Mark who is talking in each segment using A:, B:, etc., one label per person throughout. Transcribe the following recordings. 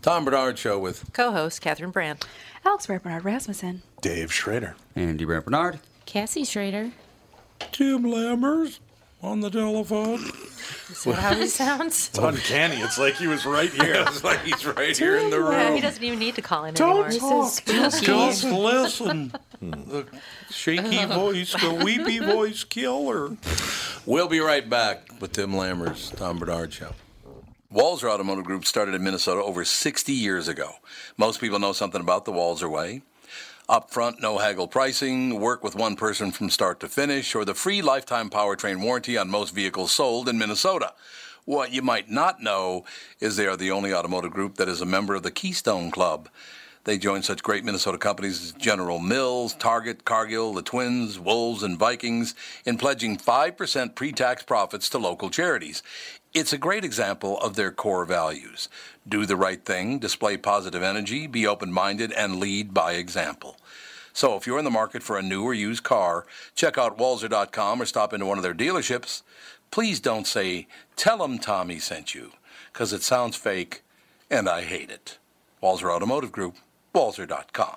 A: Tom Bernard Show with
B: Co-host Catherine Brandt.
C: Alex Bernard Rasmussen.
A: Dave Schrader.
D: Andy Brant Bernard.
E: Cassie Schrader.
A: Tim Lammers on the telephone.
B: Is that how he sounds?
F: It's uncanny. It's like he was right here.
A: It's like he's right here in the
B: Yeah, he
A: room.
B: doesn't even need to call in
A: Oh. Don't
B: anymore.
A: talk. Just, just listen. The shaky voice, the weepy voice killer. We'll be right back with Tim Lammers, Tom Bernard Show. Walzer Automotive Group started in Minnesota over 60 years ago. Most people know something about the Walzer Way. Upfront, no haggle pricing, work with one person from start to finish, or the free lifetime powertrain warranty on most vehicles sold in Minnesota. What you might not know is they are the only automotive group that is a member of the Keystone Club. They join such great Minnesota companies as General Mills, Target, Cargill, the Twins, Wolves, and Vikings in pledging 5% pre tax profits to local charities. It's a great example of their core values do the right thing, display positive energy, be open minded, and lead by example. So if you're in the market for a new or used car, check out Walzer.com or stop into one of their dealerships. Please don't say, Tell them Tommy sent you, because it sounds fake and I hate it. Walzer Automotive Group, Walzer.com.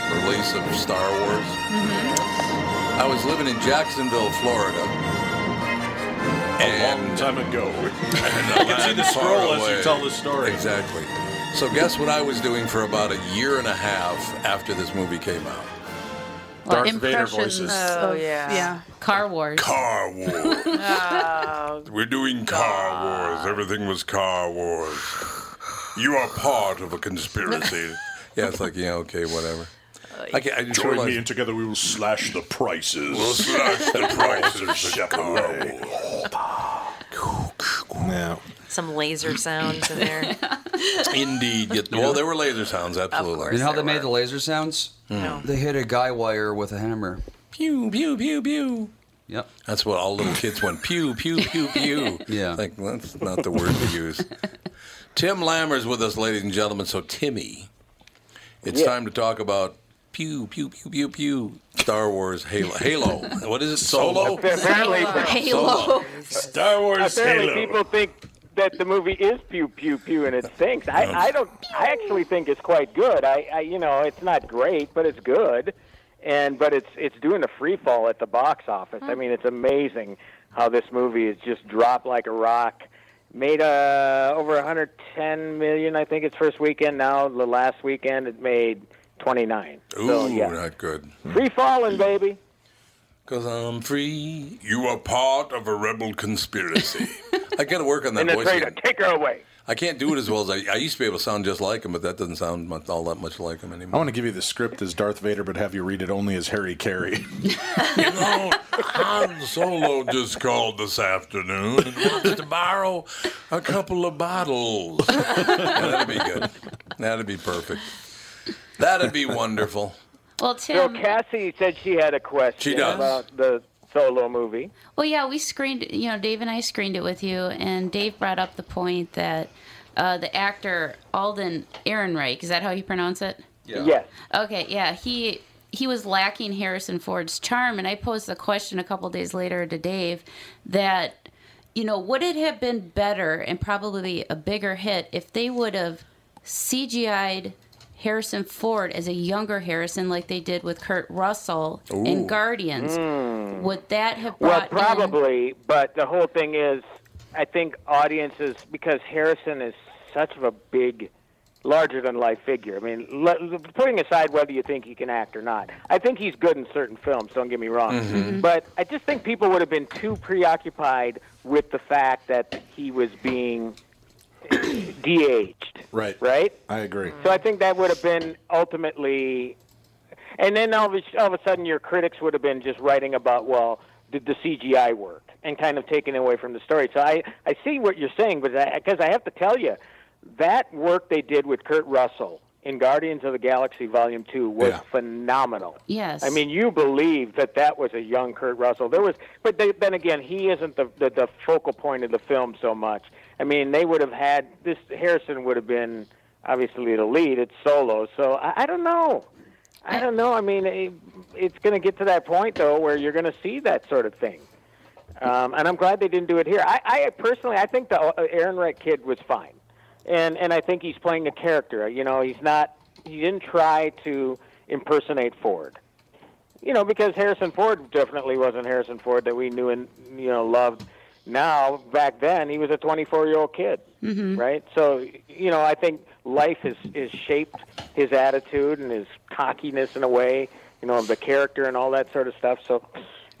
A: release of Star Wars,
F: Mm-hmm.
A: I was living in Jacksonville, Florida. uh,
F: A long time ago.
A: I can
F: see the scroll as you tell the story.
A: Exactly. So, guess what I was doing for about a year and a half after this movie came out?
E: Well,
F: Darth Vader
E: impressions
F: voices.
E: of
B: Oh yeah.
C: Yeah.
E: Car Wars.
A: Car Wars. We're doing Car Wars. Everything was Car Wars. You are part of a conspiracy. yeah, it's like, yeah, okay, whatever. I, can't, I just
G: Join me,
A: realized,
G: and together we will slash the prices.
A: We'll slash the prices of Car Wars.
G: Yeah.
B: Some laser sounds in there.
A: Indeed. Yeah, well, there were laser sounds, absolutely.
D: You know how they
B: There
D: made
B: were.
D: the laser sounds?
B: No.
D: They hit a guy wire with a hammer.
A: Pew, pew, pew, pew.
D: Yep.
A: That's what all little kids went pew, pew, pew, pew.
D: Yeah.
A: Like, that's not the word to use. Tim Lammers with us, ladies and gentlemen. So, Timmy, it's time to talk about pew, pew, pew, pew, pew. Star Wars Halo. Halo. What is it? Solo?
H: Apparently,
E: Halo.
G: Star Wars
H: apparently
G: Halo.
H: people think that the movie is pew pew pew and it stinks. I, I don't. I actually think it's quite good. I, I you know it's not great, but it's good, and but it's it's doing a free fall at the box office. I mean, it's amazing how this movie has just dropped like a rock. Made uh, over 110 million, I think, its first weekend. Now the last weekend it made 29.
A: Ooh,
H: so yeah,
A: not good.
H: free falling, baby.
A: Because I'm free. You are part of a rebel conspiracy. I got to work on that
H: And the
A: voice.
H: traitor,
A: again.
H: take her away.
A: I can't do it as well as I, I used to be able to sound just like him, but that doesn't sound much, all that much like him
G: I
A: anymore.
G: want to give you the script as Darth Vader, but have you read it only as Harry Carey.
A: Oh, Han Solo just called this afternoon and wants to borrow a couple of bottles. Yeah, that'd be good. That'd be perfect. That'd be wonderful.
E: Well,
H: So
E: Tim,
H: Cassie said she had a question
A: She does.
H: about the solo movie.
E: Well, yeah, we screened. You know, Dave and I screened it with you, and Dave brought up the point that uh, the actor Alden Ehrenreich is that how you pronounce it?
D: Yeah.
H: Yes.
E: Okay, yeah, he he was lacking Harrison Ford's charm, and I posed the question a couple days later to Dave that you know would it have been better and probably a bigger hit if they would have CGI'd Harrison Ford as a younger Harrison like they did with Kurt Russell in Guardians? Would that have
H: Hmm. Well,
E: brought in-
H: probably, but the whole thing is, I think audiences because Harrison is such of a big, larger than life figure. I mean, le- putting aside whether you think he can act or not, I think he's good in certain films. Don't get me wrong, but I just think people would have been too preoccupied with the fact that he was being de-aged.
G: Right.
H: Right.
G: I agree.
H: So I think that would have been ultimately, and then all of, a, all of a sudden your critics would have been just writing about well, did the CGI work, and kind of taking away from the story. So I I see what you're saying, but because I, have to tell you, that work they did with Kurt Russell in Guardians of the Galaxy Volume Two was
G: Yeah.
H: phenomenal.
E: Yes.
H: I mean, you believe that that was a young Kurt Russell. There was, but they, then again, he isn't the, the the focal point of the film so much. I mean, they would have had this. Harrison would have been obviously the lead. It's solo, so I, I don't know. I don't know. I mean, it, it's going to get to that point though where you're going to see that sort of thing. Um, and I'm glad they didn't do it here. I, I personally, I think the uh, Aaron Wright kid was fine, and and I think he's playing a character. You know, he's not. He didn't try to impersonate Ford. You know, because Harrison Ford definitely wasn't Harrison Ford that we knew and you know loved. Now, back then, he was a 24-year-old kid,
E: Mm-hmm.
H: right? So, you know, I think life has is shaped his attitude and his cockiness in a way, you know, the character and all that sort of stuff. So,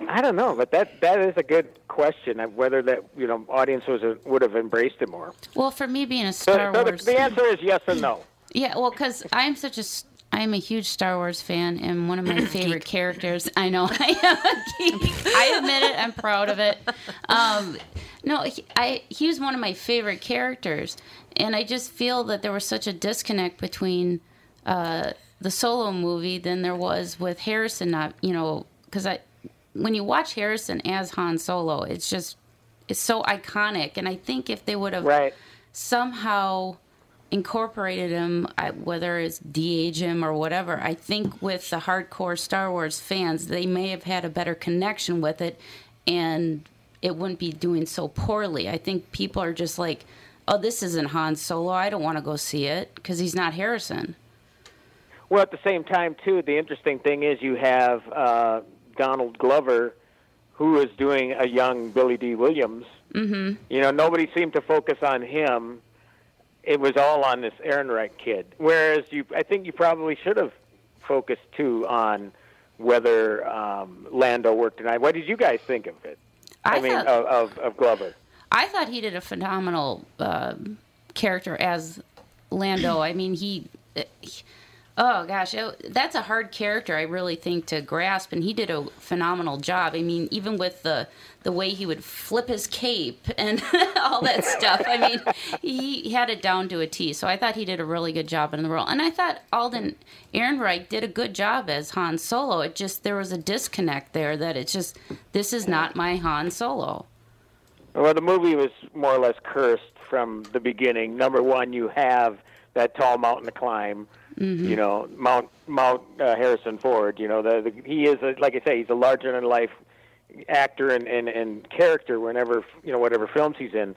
H: I don't know, but that that is a good question of whether that you know audience was would have embraced it more.
E: Well, for me being a
H: So,
E: Star
H: so the,
E: Wars,
H: the answer is yes and no.
E: yeah, well, because I'm such a s- I'm a huge Star Wars fan, and one of my favorite characters. I know I am a geek. I admit it. I'm proud of it. Um, no, he, I he was one of my favorite characters, and I just feel that there was such a disconnect between uh, the solo movie than there was with Harrison. Not you know because I when you watch Harrison as Han Solo, it's just it's so iconic, and I think if they would have
H: Right.
E: somehow incorporated him, I- whether it's DH him or whatever. I think with the hardcore Star Wars fans, they may have had a better connection with it, and it wouldn't be doing so poorly. I think people are just like, "Oh, this isn't Han Solo. I don't want to go see it because he's not Harrison."
H: Well, at the same time, too, the interesting thing is you have uh, Donald Glover, who is doing a young Billy D. Williams. Mm-hmm. You know, nobody seemed to focus on him. It was all on this Ehrenreich kid. Whereas you, I think you probably should have focused too on whether um, Lando worked tonight. What did you guys think of it?
E: I
H: mean, oh,
E: thought-
H: of, of, of Glover.
E: I thought he did a phenomenal uh, character as Lando. I mean, he, he- oh gosh, it, that's a hard character. I really think to grasp, and he did a phenomenal job. I mean, even with the the way he would flip his cape and all that stuff. I mean, he had it down to a T. So I thought he did a really good job in the role, and I thought Alden Ehrenreich did a good job as Han Solo. It just there was a disconnect there that it's just this is not my Han Solo.
H: Well, the movie was more or less cursed from the beginning. Number one, you have that tall mountain to climb. You know, Mount Mount uh, Harrison Ford. You know, the, the he is a, like I say, he's a larger than life actor and, and and character whenever you know whatever films he's in.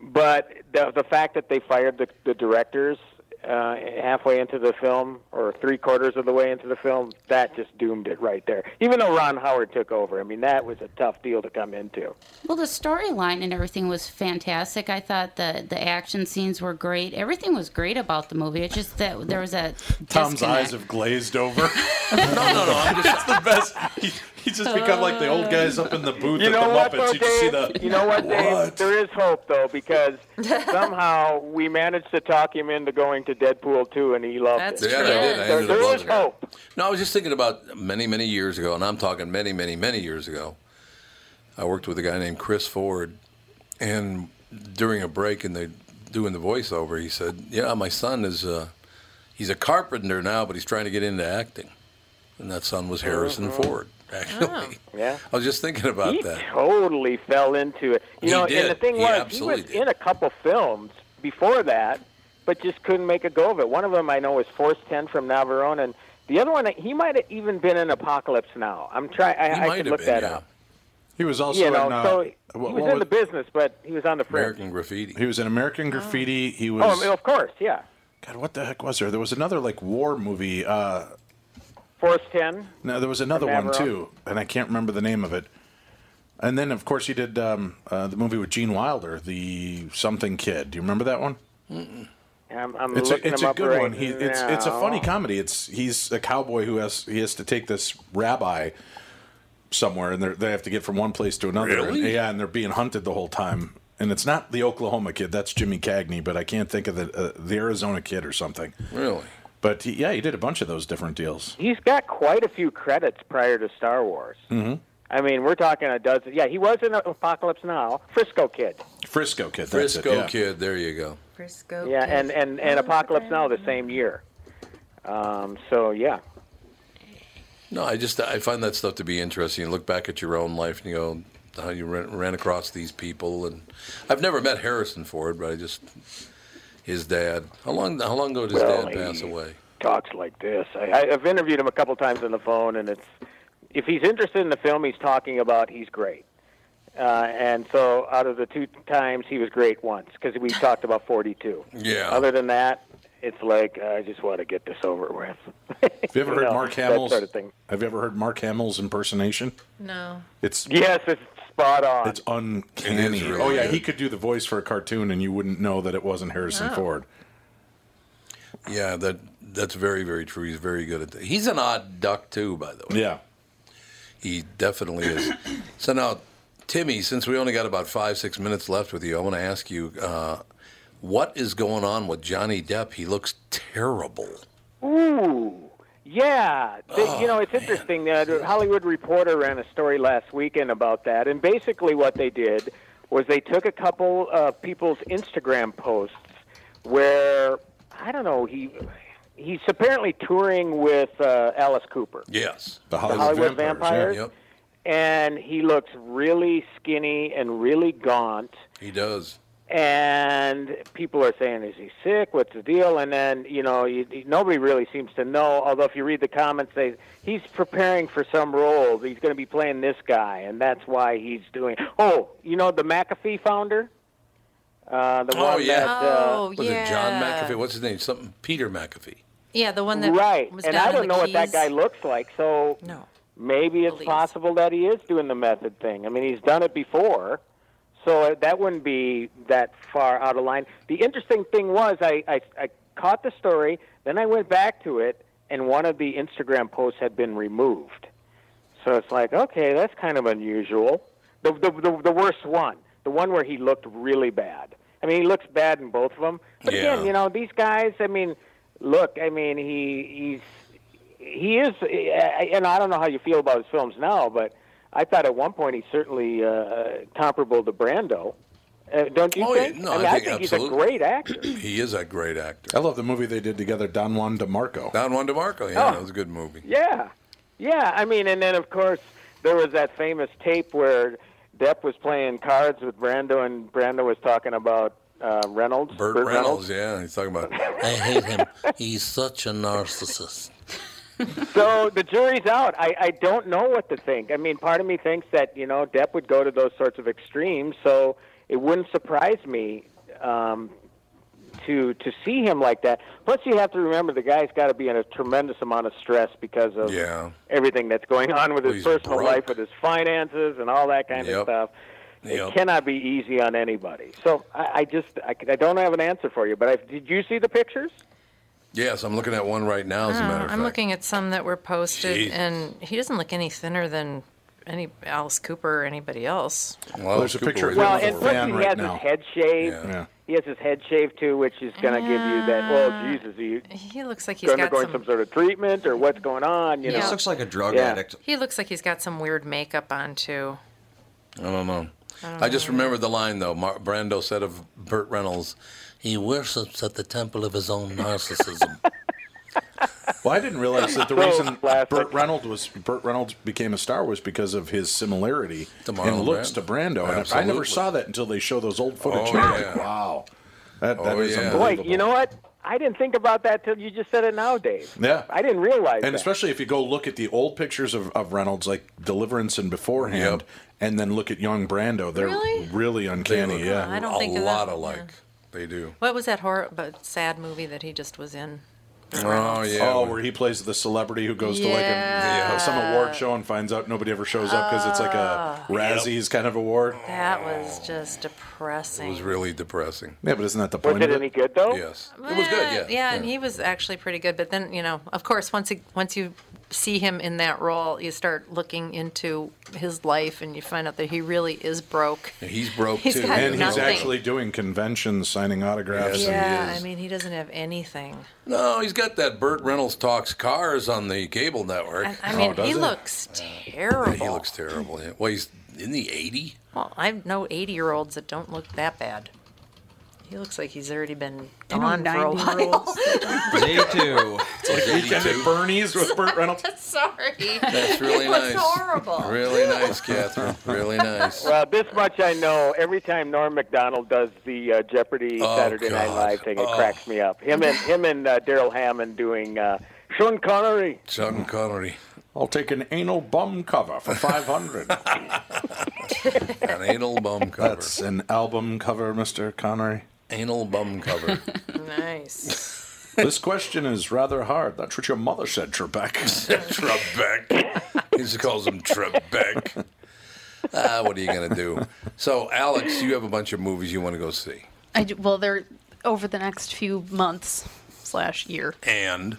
H: But the the fact that they fired the the directors uh, halfway into the film or three quarters of the way into the film, that just doomed it right there. Even though Ron Howard took over, I mean, that was a tough deal to come into.
E: Well, the storyline and everything was fantastic. I thought the the action scenes were great. Everything was great about the movie. It's just that there was that
G: Tom's
E: disconnect.
G: eyes have glazed over.
A: No, no, no. I'm
G: That's
A: just
G: the best. He, he's just become like the old guys up in the booth
H: You
G: at
H: know
G: the
H: what,
G: Muppets.
H: though,
G: you just see
H: Dave?
G: the.
H: You know what, Dave?
G: What?
H: There is hope, though, because somehow we managed to talk him into going to Deadpool 2, and he loved
B: That's
H: it.
B: true.
A: Yeah, I did. I
H: There-
A: ended up
H: there
A: loving
H: is
A: it.
H: hope.
A: No, I was just thinking about many, many years ago, and I'm talking many, many, many years ago. I worked with a guy named Chris Ford, and during a break in the doing the voiceover, he said, "Yeah, my son is uh, he's a carpenter now, but he's trying to get into acting." And that son was Harrison Ford. actually.
H: Yeah.
A: I was just thinking
H: Uh-huh.
A: about
H: Oh. he
A: that.
H: totally fell into it. You
A: He
H: know,
A: did.
H: and the thing
A: He
H: was, he
A: absolutely
H: was
A: did.
H: in a couple films before that, but just couldn't make a go of it. One of them I know was Force Ten from Navarone, and the other one he might have even been in Apocalypse Now. I'm trying.
A: He
H: I, I
A: might
H: could
A: have
H: look
A: been,
H: that
A: yeah.
H: up.
G: He was also
H: You know,
G: in. Uh,
H: so he was
G: what- what
H: in
G: was-
H: the business, but he was on the fringe.
A: American Graffiti.
G: he was in American Graffiti. He was.
H: Oh, I mean, of course, yeah.
G: God, what the heck was there? There was another like war movie. Uh,
H: Force Ten.
G: no, there was another
H: From
G: one
H: Navarone.
G: too, and I can't remember the name of it. And then, of course, he did um, uh, the movie with Gene Wilder, the Something Kid. Do you remember that one?
H: I'm, I'm
G: It's
H: looking
G: a, it's
H: him
G: a
H: up
G: good
H: right
G: one. He, it's it's a funny comedy. It's he's a cowboy who has he has to take this rabbi somewhere, and they're, they have to get from one place to another.
A: Really?
G: And- yeah, and they're being hunted the whole time. And it's not the Oklahoma kid. That's Jimmy Cagney, but I can't think of the uh, the Arizona kid or something.
A: Really?
G: But he, yeah, he did a bunch of those different deals.
H: He's got quite a few credits prior to Star Wars. Mm-hmm. I mean, we're talking a dozen. Yeah, he was in Apocalypse Now, Frisco Kid.
G: Frisco kid. That's it,
A: Frisco
G: yeah.
A: Kid. There you go.
B: Frisco.
H: Yeah, and and and Apocalypse Now the same year. Um, so yeah,
A: No, I just I find that stuff to be interesting. You look back at your own life and you go how you ran, ran across these people, and I've never met Harrison Ford, but I just his dad. How long how long ago did his
H: Well,
A: dad pass
H: he-
A: away?
H: talks like this. I, I, I've interviewed him a couple times on the phone, and it's if he's interested in the film he's talking about, he's great. Uh, and so, out of the two times, he was great once because we talked about 42.
A: Yeah.
H: Other than that, it's like I just want to get this over with.
G: Have you ever heard
H: know,
G: Mark
H: that
G: Hamill's?
H: sort of thing.
G: Have you ever heard Mark Hamill's impersonation?
B: No.
G: It's
H: Yes, it's spot on.
G: It's uncanny.
A: It is really
G: oh yeah,
A: good.
G: he could do the voice for a cartoon, and you wouldn't know that it wasn't Harrison
H: Oh.
G: Ford.
A: Yeah, that that's very very true. He's very good at that. He's an odd duck too, by the way.
G: Yeah,
A: He definitely is. so now, Timmy, since we only got about five six minutes left with you, I want to ask you. Uh, what is going on with Johnny Depp? He looks terrible.
H: Ooh, yeah. Th- you know, it's interesting. That a Hollywood Reporter ran a story last weekend about that, and basically what they did was they took a couple uh, people's Instagram posts where I don't know he he's apparently touring with uh, Alice Cooper,
A: Yes.
G: the Hollywood,
H: Hollywood Vampires,
G: Vampires,
A: Yep.
H: and he looks really skinny and really gaunt.
A: He does.
H: and people are saying, "Is he sick? What's the deal?" And then you know, you, you- nobody really seems to know. Although if you read the comments, they he's preparing for some role. He's going to be playing this guy, and that's why he's doing. Oh, you know the McAfee founder, uh, the
A: Oh,
H: one
A: yeah.
H: that. Uh,
B: oh
A: Was
B: yeah.
A: it John McAfee? What's his name? Something Peter McAfee.
B: Yeah, the one that
H: right,
B: was
H: and
B: down
H: I
B: in
H: don't
B: the
H: know what that
B: Keys.
H: guy looks like. So
B: No.
H: maybe it's
B: Believe.
H: possible that he is doing the method thing. I mean, he's done it before, so uh, that wouldn't be that far out of line. The interesting thing was, I, I, I caught the story, then I went back to it, and one of the Instagram posts had been removed. So it's like, okay, that's kind of unusual. The, the, the, the worst one, the one where he looked really bad. I mean, he looks bad in both of them. But
A: Yeah.
H: again, you know, these guys, I mean, look, I mean, he, he's, he is, eh, and I don't know how you feel about his films now, but I thought at one point he's certainly uh, comparable to Brando. Uh, don't you
A: Oh, yeah.
H: think?
A: No,
H: I,
A: I
H: mean, I
A: think
H: think he's a
A: absolutely.
H: great actor.
A: He is a great actor.
G: I love the movie they did together, Don Juan DeMarco.
A: Don Juan DeMarco. Yeah,
H: Oh.
A: that was a good movie.
H: Yeah, yeah. I mean, and then of course there was that famous tape where Depp was playing cards with Brando, and Brando was talking about uh, Reynolds.
A: Burt
H: Burt
A: Reynolds, yeah, he's talking about. I hate him. He's such a narcissist.
H: So the jury's out. I, I don't know what to think. I mean, part of me thinks that you know Depp would go to those sorts of extremes, so it wouldn't surprise me um, to to see him like that. Plus, you have to remember the guy's got to be in a tremendous amount of stress because of
A: Yeah.
H: everything that's going on with his
A: Well, he's
H: personal
A: broke.
H: life, with his finances, and all that kind
A: Yep.
H: of stuff.
A: Yep.
H: It cannot be easy on anybody. So I, I just I, I don't have an answer for you. But I, did you see the pictures?
A: Yes, I'm looking at one right now. As a matter of fact,
B: Ah, Uh, I'm looking at some that were posted,
A: Jeez.
B: and he doesn't look any thinner than any Alice Cooper or anybody else.
A: Well,
G: there's a
A: Cooper
G: picture
A: was
G: of him
A: in
H: Well,
G: with
H: Uh,
G: a
A: it
H: and
A: for
H: plus
A: it.
G: fan
H: he
G: right
H: has
G: now.
H: his head shaved.
A: Yeah.
G: Yeah.
H: He has his head shaved too, which is going to give you that. Oh, Jesus, are you
B: He looks like Uh, he's got
H: undergoing
B: some.
H: some sort of treatment or what's going on? You
B: Yeah.
H: know.
D: This looks like a drug
H: Yeah.
D: addict.
B: He looks like he's got some weird makeup on too.
A: I don't know. I just remembered the line though. Mar- Brando said of Burt Reynolds, "He worships at the temple of his own narcissism."
G: Well, I didn't realize that the
H: So
G: reason
H: classic.
G: Burt Reynolds was Burt Reynolds became a star was because of his similarity
A: To Marlon
G: in looks
A: Brando.
G: to Brando. And I- I never
A: Absolutely.
G: saw that until they show those old footage.
A: Oh,
G: and I'm like,
A: yeah.
G: Wow, that, that is
A: Oh, yeah.
G: unbelievable.
A: Boy,
H: Wait, you know what? I didn't think about that till you just said it now, Dave.
G: Yeah.
H: I didn't realize
G: And
H: that.
G: especially if you go look at the old pictures of, of Reynolds, like Deliverance and beforehand,
A: Yep.
G: and then look at young Brando, they're
B: Really?
G: really,
A: They
G: uncanny.
A: look
G: yeah.
B: I don't
A: a
B: think of
A: lot
B: that. Yeah.
A: alike. They do.
B: What was that horror, but sad movie that he just was in?
A: Oh yeah.
G: Oh, where he plays the celebrity who goes to like a,
B: Yeah.
G: uh, some award show and finds out nobody ever shows up because it's like
B: Ah.
G: a Razzies kind of award.
B: That was just depressing.
A: it was really depressing.
G: Yeah, but isn't that the
H: Was
G: point?
H: it
G: of
H: any good though?
A: Yes, it was good.
B: Eh,
A: Yeah.
B: and he was actually pretty good. But then, you know, of course, once he, once you see him in that role, you start looking into his life, and you find out that he really is broke.
A: And he's broke
B: He's
A: too.
B: got
G: And he's
B: Nothing.
G: actually doing conventions, signing autographs.
A: Yes,
G: and-
B: Yeah,
A: is.
B: I mean, he doesn't have anything.
A: no, he's got that Burt Reynolds talks cars on the cable network.
B: I, I mean,
G: does
B: he
G: he?
B: looks
A: Yeah,
B: terrible.
A: he looks terrible. Yeah. Well, he's in the eighty.
B: Well, I know 80 year olds that don't look that bad. He looks like he's already been
E: I know
B: gone for a
E: 90 year
B: while.
E: olds
D: Day two.
A: Like
G: Weekend at
A: 82.
G: Bernie's with Burt Reynolds.
B: Sorry.
A: That's really
B: it was
A: nice.
B: horrible.
A: Really nice, Catherine. Really nice.
H: Well, this much I know. Every time Norm Macdonald does the uh, Jeopardy
A: Oh,
H: Saturday Night
A: God. Oh.
H: Live thing, it cracks me up. Him and him and uh, Daryl Hammond doing uh, Sean Connery.
A: Sean Connery,
G: I'll take an anal bum cover for 500.
A: an anal bum cover.
G: That's an album cover, Mr. Connery.
A: Anal bum cover.
B: Nice.
G: This question is rather hard. That's what your mother said, Trebek.
A: Trebek. he just calls him Trebek. Ah, what are you gonna do? So, Alex, you have a bunch of movies you want to go see,
I: I do, well, they're over the next few months slash year.
A: and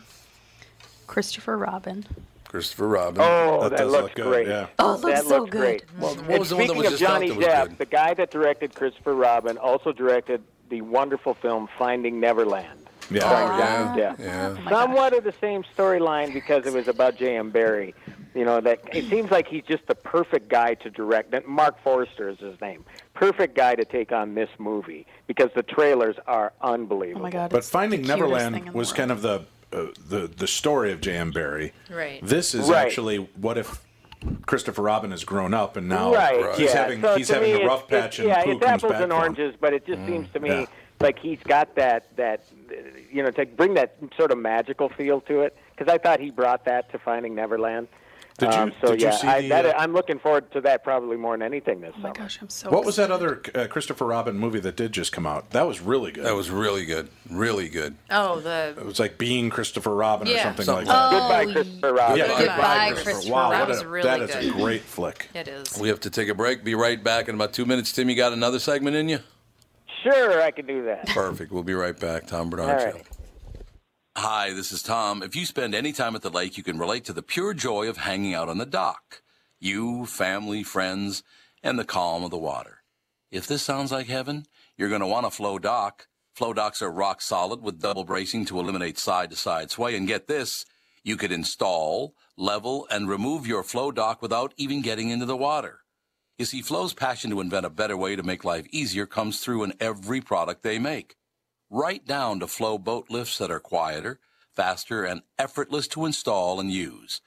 I: Christopher Robin.
A: Christopher Robin.
H: Oh, that,
G: does
H: looks
G: look good,
H: great.
G: yeah.
I: Oh, it looks
H: that
I: so
H: looks
I: good.
H: great. Well,
A: What
H: and
A: was the one that
H: speaking
A: was
H: of
A: just out
H: Johnny
A: that was
H: Depp,
A: good?
H: the guy that directed Christopher Robin also directed the wonderful film Finding Neverland.
G: Yeah.
H: starring
G: Oh,
H: Johnny Depp.
A: Yeah.
I: Oh my God.
H: somewhat of the same storyline because it was about J.M. Barry. You know, that it seems like he's just the perfect guy to direct. That Mark Forrester is his name. Perfect guy to take on this movie because the trailers are
I: Oh
H: unbelievable.
I: my god.
G: But
I: it's the
G: Finding
I: cutest thing
G: Neverland
I: in the
G: was
I: world.
G: kind of the uh, the the story of J.M. Barry.
B: Right.
G: This is
H: Right.
G: actually what if Christopher Robin has grown up and now
H: Right.
A: Right.
G: he's
H: yeah.
G: having
H: so
G: he's
H: to
G: having
H: me,
G: a rough
H: it's,
G: patch
H: it's,
G: and
H: yeah,
G: poo
H: it's
G: comes
H: apples
G: back.
H: and
G: for him.
H: oranges, but it just seems to me
G: Mm, yeah.
H: like he's got that that you know to bring that sort of magical feel to it because I thought he brought that to Finding Neverland.
G: Did you-
H: um, so
G: did you
H: yeah,
G: see
H: I,
G: the,
H: that,
G: uh,
H: I'm looking forward to that probably more than anything this
I: Oh my
H: summer.
I: gosh, I'm so.
G: What was that other uh, Christopher Robin movie that did just come out? That was really good.
A: That was really good. Really good.
B: Oh,
G: it
B: the
G: was like being Christopher Robin or
B: Yeah.
G: something,
A: Something
G: like that.
I: Oh,
H: Goodbye, Christopher Robin.
G: yeah,
B: Goodbye,
G: Christopher.
B: Christopher
G: Wow, what
B: Robin. That
G: a,
B: was really
G: that is a
B: good.
G: great flick.
B: it is.
A: We have to take a break. Be right back in about two minutes. Tim, you got another segment in you?
H: Sure, I can do that.
A: Perfect. We'll be right back. Tom Bernard
H: All
A: Show.
H: right.
A: Hi, this is Tom. If you spend any time at the lake, you can relate to the pure joy of hanging out on the dock. You, family, friends, and the calm of the water. If this sounds like heaven, you're going to want a flow dock. Flow docks are rock solid with double bracing to eliminate side to side sway. And get this, you could install, level, and remove your flow dock without even getting into the water. You see, Flow's passion to invent a better way to make life easier comes through in every product they make right down to flow boat lifts that are quieter, faster, and effortless to install and use.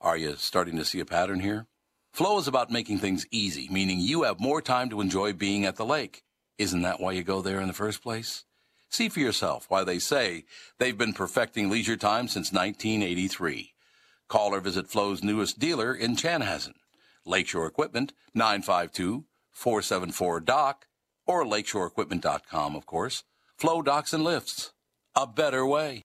A: Are you starting to see a pattern here? Flow is about making things easy, meaning you have more time to enjoy being at the lake. Isn't that why you go there in the first place? See for yourself why they say they've been perfecting leisure time since 1983. Call or visit Flow's newest dealer in Chanhassen. Lakeshore Equipment, 952-474-DOC, or lakeshoreequipment.com, of course. Flow Docks and Lifts, a better way.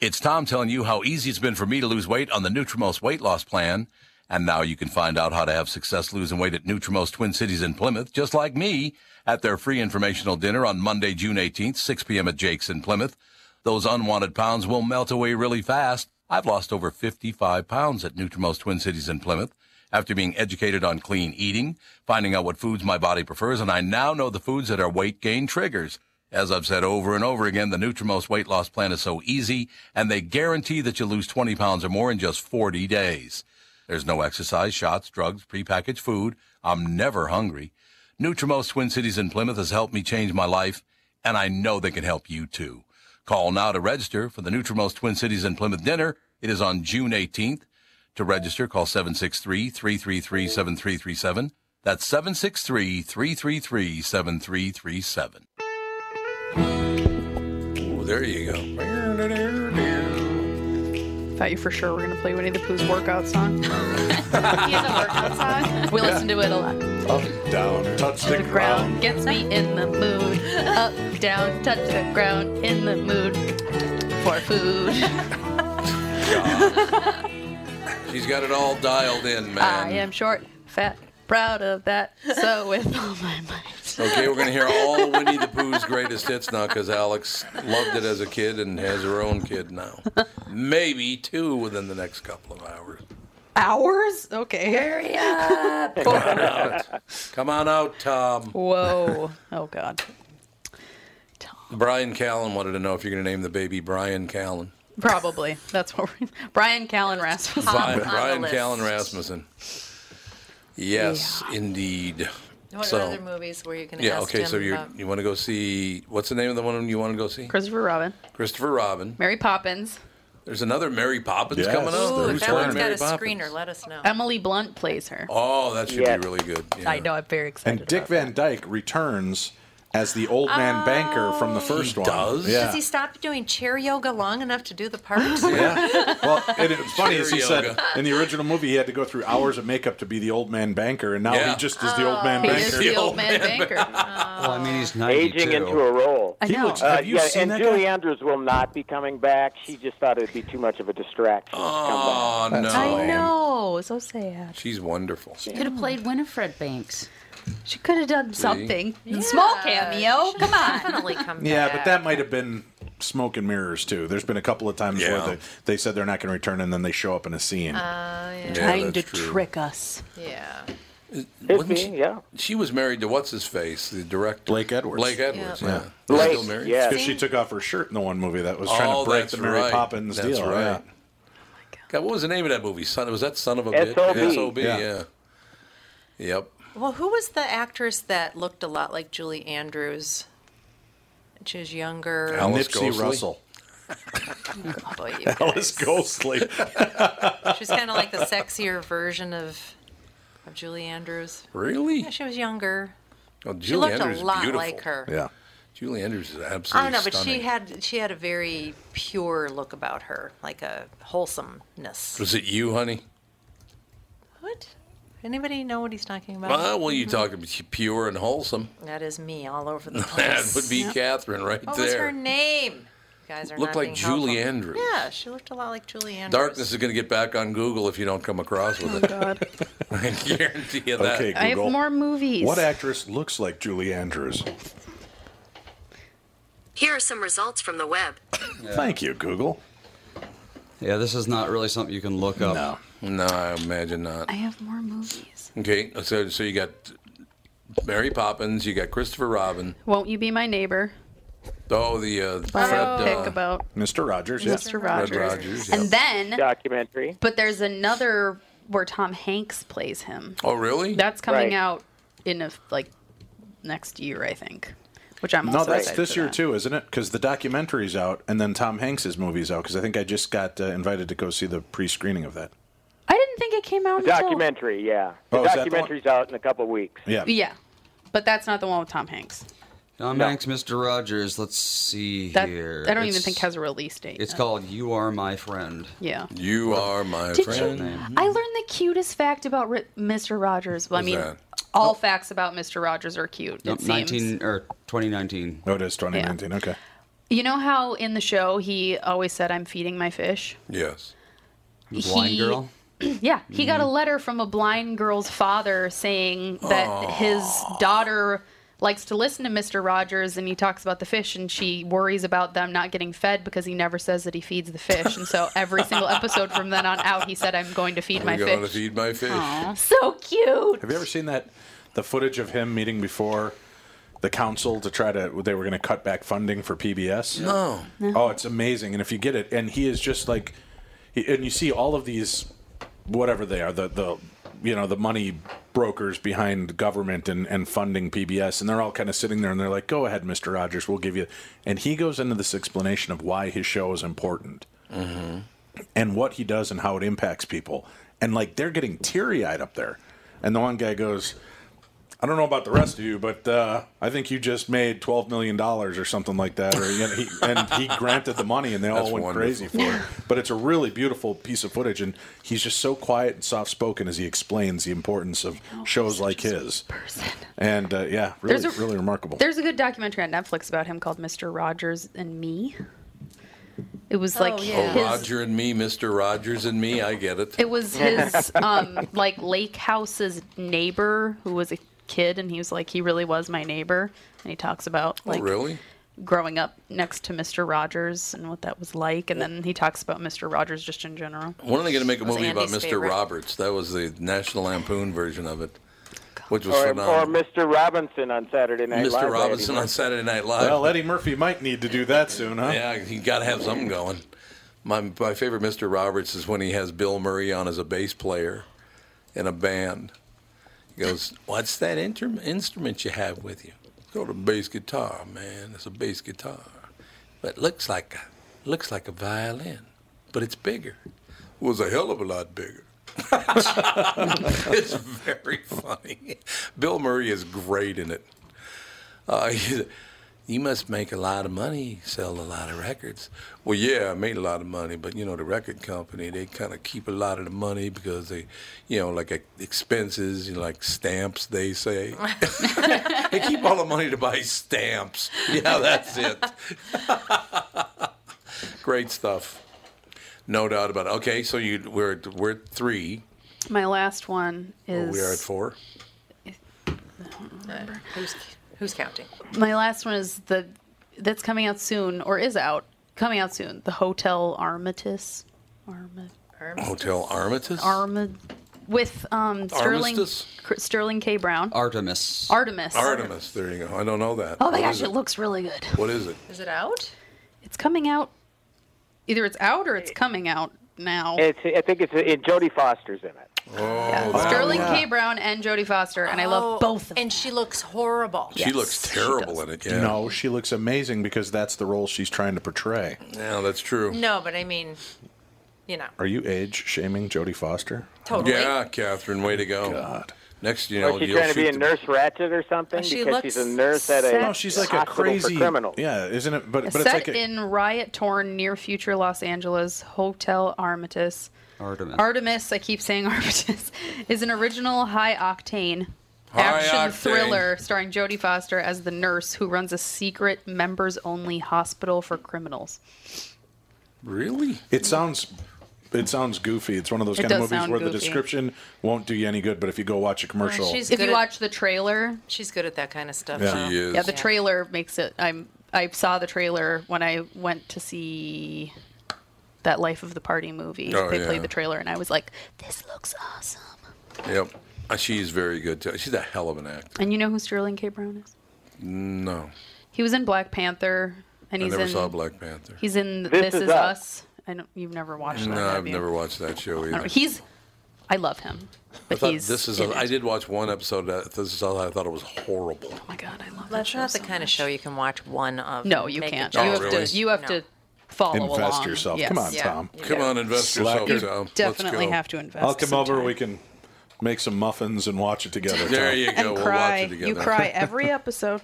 A: It's Tom telling you how easy it's been for me to lose weight on the Nutrimost weight loss plan. And now you can find out how to have success losing weight at Nutrimost Twin Cities in Plymouth, just like me, at their free informational dinner on Monday, June 18th, 6 p.m. at Jake's in Plymouth. Those unwanted pounds will melt away really fast. I've lost over 55 pounds at Nutrimost Twin Cities in Plymouth after being educated on clean eating, finding out what foods my body prefers, and I now know the foods that are weight gain triggers. As I've said over and over again, the Nutrimost weight loss plan is so easy, and they guarantee that you lose 20 pounds or more in just 40 days. There's no exercise, shots, drugs, prepackaged food. I'm never hungry. Nutrimost Twin Cities in Plymouth has helped me change my life, and I know they can help you too. Call now to register for the Nutrimost Twin Cities in Plymouth dinner It is on June 18th. To register, call 763 333 7337. That's 763 333 7337. Oh, there you go.
I: Thought you for sure were gonna play Winnie the Pooh's workout song. We listen to it a lot.
G: Up and down, touch the ground.
I: Ground gets me in the mood. Up, down, touch the ground, in the mood for food.
A: She's got it all dialed in, man.
I: I am short, fat, proud of that. So with all my might.
A: Okay, we're going to hear all Winnie the Pooh's greatest hits now because Alex loved it as a kid and has her own kid now. Maybe two within the next couple of hours.
I: Hours? Okay. Hurry up.
A: Come on out, Tom.
I: Whoa. Oh God.
A: Brian Callen wanted to know if you're going to name the baby Brian Callen.
I: Probably. That's what we're Brian Callen Rasmussen.
A: Brian,
B: on
A: Brian
B: the list.
A: Callen Rasmussen. Yes, indeed.
B: What
A: So-
B: other movies were you going to
A: Yeah,
B: ask
A: okay,
B: him
A: so you
B: about?
A: you want to go see what's the name of the one you want to go see?
I: Christopher Robin.
A: Christopher Robin.
I: Mary Poppins.
A: There's another Mary Poppins
G: Yes,
A: coming up.
G: there
B: Ooh,
G: Who's
B: if that one's
G: playing
B: got
A: Mary
B: a
A: Poppins?
B: screener, let us know.
I: Emily Blunt plays her.
A: Oh, that should
H: Yes.
A: be really good.
I: I
A: yeah.
I: know. I'm very excited.
G: And Dick
I: about
G: Van Dyke returns as the old man banker from the first one.
A: Ah. does?
G: Yeah.
B: Does he stop doing chair yoga long enough to do the part?
G: Yeah. Well, and it's funny as he
A: Chair
G: said
A: yoga.
G: in the original movie, he had to go through hours of makeup to be the old man banker, and now
A: Yeah.
G: he just is the old man
I: Ah, He is
G: banker.
I: the old man banker.
D: Well, I mean, he's 92.
H: Aging into a role.
I: I
G: He
I: know.
G: looks-
H: Uh,
G: have you
H: yeah,
G: seen
H: and
G: that
H: Julie
G: guy?
H: Andrews will not be coming back. She just thought it would be too much of a distraction. to come back.
A: Oh no,
I: I know. So sad.
A: she's wonderful.
E: Could have played Winifred Banks.
I: She could have done something. Small cameo. Come on.
B: Definitely come
G: Yeah,
B: back.
G: but that might have been smoke and mirrors too. There's been a couple of times
A: Yeah.
G: where they, they said they're not going to return, and then they show up in a scene.
I: Ah.
A: Yeah, that's true.
I: us.
B: Yeah.
H: Could
A: Wasn't
H: be,
A: she-
H: yeah.
A: She was married to what's his face, the director
G: Blake Edwards.
A: Blake Edwards, yeah.
G: Yeah.
A: They're
H: Blake,
A: still married?
H: yeah.
G: Because she took off her shirt in the one movie that was trying
A: Oh,
G: to break
A: that's
G: the Mary
A: right.
G: Poppins
A: That's
G: deal.
A: right. God, what was the name of that movie? Son, was that Son of a
H: S.O.B..
A: Bitch? S.O.B. Yeah.
G: Yeah.
A: Yep.
B: Well, who was the actress that looked a lot like Julie Andrews? She was younger. Oh,
A: Alice
G: Nipsey
A: Ghostly.
G: Russell.
B: Boy, you
G: Alice
B: guys.
G: Ghostly.
B: She's kind of like the sexier version of of Julie Andrews.
A: Really?
B: Yeah, she was younger.
A: Oh, Julie
B: She looked
A: Andrews
B: a
A: is
B: lot
A: beautiful.
B: like her.
G: yeah.
A: Julie Andrews is absolutely
B: I don't know, but she
A: stunning.
B: had she had a very pure look about her, like a wholesomeness.
A: Was it you, honey?
B: What? Anybody know what he's talking about?
A: Ah, well, you talk
I: Mm-hmm.
A: about pure and wholesome.
B: That is me all over the
A: That
B: place.
A: would be Catherine right
B: what
A: there.
B: was her name? You guys are
A: Looked
B: not
A: like
B: being
A: Julie
B: helpful.
A: Andrews.
B: Yeah, she looked a lot like Julie Andrews.
A: Darkness is going to get back on Google if you don't come across with it.
I: God.
A: I guarantee you that.
G: Okay, Google.
I: I have more movies.
G: What actress looks like Julie Andrews?
J: Here are some results from the web.
G: Thank you, Google.
D: Yeah, this is not really something you can look up.
G: No.
A: No, I imagine not.
C: I have more movies.
A: Okay, so so you got Mary Poppins, you got Christopher Robin.
I: Won't you be my neighbor?
A: Oh, the uh,
I: Fun
A: Fred
I: little pick
A: uh,
I: about
G: Mr. Rogers. Yes.
I: Mr.
A: Fred
I: Rogers.
A: Rogers. yeah.
I: And then,
H: Documentary.
I: but there's another where Tom Hanks plays him.
A: oh, really?
I: That's coming
H: Right.
I: out in a, like next year, I think. Which I'm
G: No,
I: also
G: Oh, that's
I: excited
G: this
I: for
G: year
I: that.
G: too, isn't it? Because the documentary's out, and then Tom Hanks's movie's out. Because I think I just got uh, invited to go see the pre-screening of that.
I: I didn't think it came out until
H: Documentary, yeah. The
G: Oh, is that the one?
H: documentary's out in a couple weeks.
G: Yeah.
I: Yeah, but that's not the one with Tom Hanks.
D: Tom
H: No.
D: Hanks, Mr. Rogers. Let's see
I: That
D: here.
I: I don't even
D: It's-
I: think has a release date.
D: It's
I: yet.
D: called "You Are My Friend."
I: yeah.
G: Mm-hmm.
A: You are my
I: Did
A: friend.
I: you? I learned the cutest fact about Ri- Mr. Rogers. Well, I
A: What's
I: mean,
A: that?
I: all facts about Mr. Rogers are cute.
D: Nope,
I: it seems.
D: 19 or 2019.
G: Oh, it is 2019. Okay.
I: You know how in the show he always said, "I'm feeding my fish."
A: Yes.
D: The blind
I: He-
D: girl.
I: Yeah, he got
G: Mm-hmm.
I: a letter from a blind girl's father saying that his daughter likes to listen to Mr. Rogers and he talks about the fish and she worries about them not getting fed because he never says that he feeds the fish. And so every single episode from then on out, he said, I'm going to feed my
A: I'm going to
I: fish.
A: feed my fish.
I: So cute.
G: Have you ever seen that? The footage of him meeting before the council to try to they were going to cut back funding for PBS.
A: No.
G: Oh, it's amazing. And if you get it, and he is just like, he- and you see all of these, whatever they are, the the you know the money brokers behind government and, and funding PBS, and they're all kind of sitting there and they're like, "Go ahead, Mister
A: Mm-hmm.
G: Rogers, we'll give you." And he goes into this explanation of why his show is important. and what he does and how it impacts people. And like they're getting teary eyed up there. And the one guy goes, I don't know about the rest of you, but uh, I think you just made twelve million dollars or something like that. Or, and, he, and he granted the money, and they all
A: That's
G: went
A: wonderful.
G: crazy for it. But it's a really beautiful piece of footage, and he's just so quiet and soft spoken as he explains the importance of
I: Oh,
G: shows like his. And uh, yeah, really,
I: There's a-
G: really remarkable.
I: There's a good documentary on Netflix about him called Mr. Rogers and Me. It was like
A: Oh,
I: his
A: Roger and me, Mr. Rogers and me. I get it.
I: It was his um, like lake house's neighbor who was a kid, and he was like, he really was my neighbor, and he talks about
A: Oh,
I: like
A: really?
I: growing up next to Mister Rogers and what that was like, and then he talks about Mister Rogers just in general.
A: When are they going to make a
I: That was
A: movie about
I: Andy's
A: Mr.
I: favorite.
A: Roberts? That was the National Lampoon version of it, which was
H: Or,
A: phenomenal.
H: or Mr. Robinson on Saturday Night
A: Mr.
H: Live.
A: Robinson
H: Eddie.
A: on Saturday Night Live.
G: well, Eddie Murphy might need to do that soon, huh?
A: yeah, you got to have something going. My my favorite Mr. Roberts is when he has Bill Murray on as a bass player in a band. He goes, "What's that inter- instrument you have with you?" Go to bass guitar, man. It's a bass guitar, but it looks like a, looks like a violin, but it's bigger. was a hell of a lot bigger. it's very funny. Bill Murray is great in it. Uh, he- you must make a lot of money, sell a lot of records. Well, yeah, I made a lot of money, but you know the record company they kind of keep a lot of the money because they, you know, like e- expenses, you know, like stamps. They say they keep all the money to buy stamps. Yeah, that's it. Great stuff, no doubt about it. Okay, so you we're at- we're at three.
I: My last one
A: Or
I: is
A: Oh, we are at four.
B: Who's, who's counting?
I: my last one is the that's coming out soon or is out coming out soon. The Hotel Armitage, Armitage.
A: Hotel Armitus.
I: Armid with um, Sterling
A: Armistice?
I: Cr- Sterling K. Brown.
D: Artemis.
I: Artemis.
A: Artemis. There you go. I don't know that.
I: Oh my
A: What
I: gosh,
A: is
I: it looks really good.
A: What is it?
B: Is it out?
I: It's coming out. Either it's out or it's coming out now.
H: It's, I think it's it, Jodie Foster's in it.
A: Oh,
I: Sterling K. Brown and Jodie Foster, Oh, and I love both of them.
B: Oh, And she looks horrible.
A: She looks terrible in it. Yeah.
G: No, she looks amazing because that's the role she's trying to portray.
A: Yeah, that's true.
B: No, but I mean, you know,
G: Are you age shaming Jodie Foster?
B: totally.
A: Yeah, Catherine, way to go.
G: God.
A: Next, you
H: Or
A: know,
H: she's
A: you'll
H: trying to
A: shoot
H: be a
A: the-
H: Nurse Ratchet or something
B: She
H: because she's a
B: looks
H: nurse at a
G: No, she's like a
H: hospital
G: crazy
H: for criminals.
G: Yeah, isn't it? But but it's
I: Set
G: like a,
I: in riot torn near future Los Angeles, Hotel Armitage.
D: Artemis.
I: Artemis, I keep saying Armitage, is an original high octane
A: High
I: action
A: octane.
I: thriller starring Jodie Foster as the nurse who runs a secret members only hospital for criminals.
A: Really?
G: it sounds it sounds goofy. It's one of those
I: It
G: kind of
I: does
G: movies
I: sound
G: where the
I: goofy.
G: description won't do you any good, but if you go watch a commercial,
B: she's-
I: if
B: good
I: you
B: at-
I: watch the trailer,
B: She's good at that kind of stuff.
G: Yeah.
B: so-
A: She is.
I: yeah, the
B: Yeah.
I: trailer makes it. I'm I saw the trailer when I went to see that Life of the Party movie.
A: Oh,
I: they
A: yeah.
I: played the trailer, and I was like, "This looks awesome."
A: Yep. Uh, She's very good. Too. She's a hell of an actor.
I: And you know who Sterling K. Brown is?
A: No,
I: He was in Black Panther, and
A: I
I: he's
A: never
I: in
A: saw Black Panther.
I: he's in This, Is, Us. I don't. You've never watched that?
A: No,
I: have
A: I've
I: you?
A: never watched that show
I: I don't
A: either.
I: know. He's. I love him,
A: I
I: but
A: thought
I: he's.
A: this is.
I: in
A: A, I
I: it.
A: did watch one episode. Of this is all. I thought it was horrible.
I: Oh my god, I love that
B: That's
I: show
B: not the
I: so
B: kind of
I: much.
B: show you can watch one of.
I: No,
B: and
I: you
B: make a
I: can't.
A: Oh,
I: you have
B: judgment.
A: really?
I: to. You have
B: No.
I: to follow
G: Invest
I: along.
G: yourself.
I: Yes.
G: Come on,
B: Yeah.
G: Tom.
B: Yeah.
A: Come on, invest
G: Slacker.
A: yourself, Tom.
I: Definitely
A: Let's go.
I: have to invest.
G: I'll come over.
I: sometime.
G: We can make some muffins and watch it together.
A: There
G: Tom.
A: you go.
C: And
A: we'll
C: cry.
A: watch it together.
C: you cry every episode.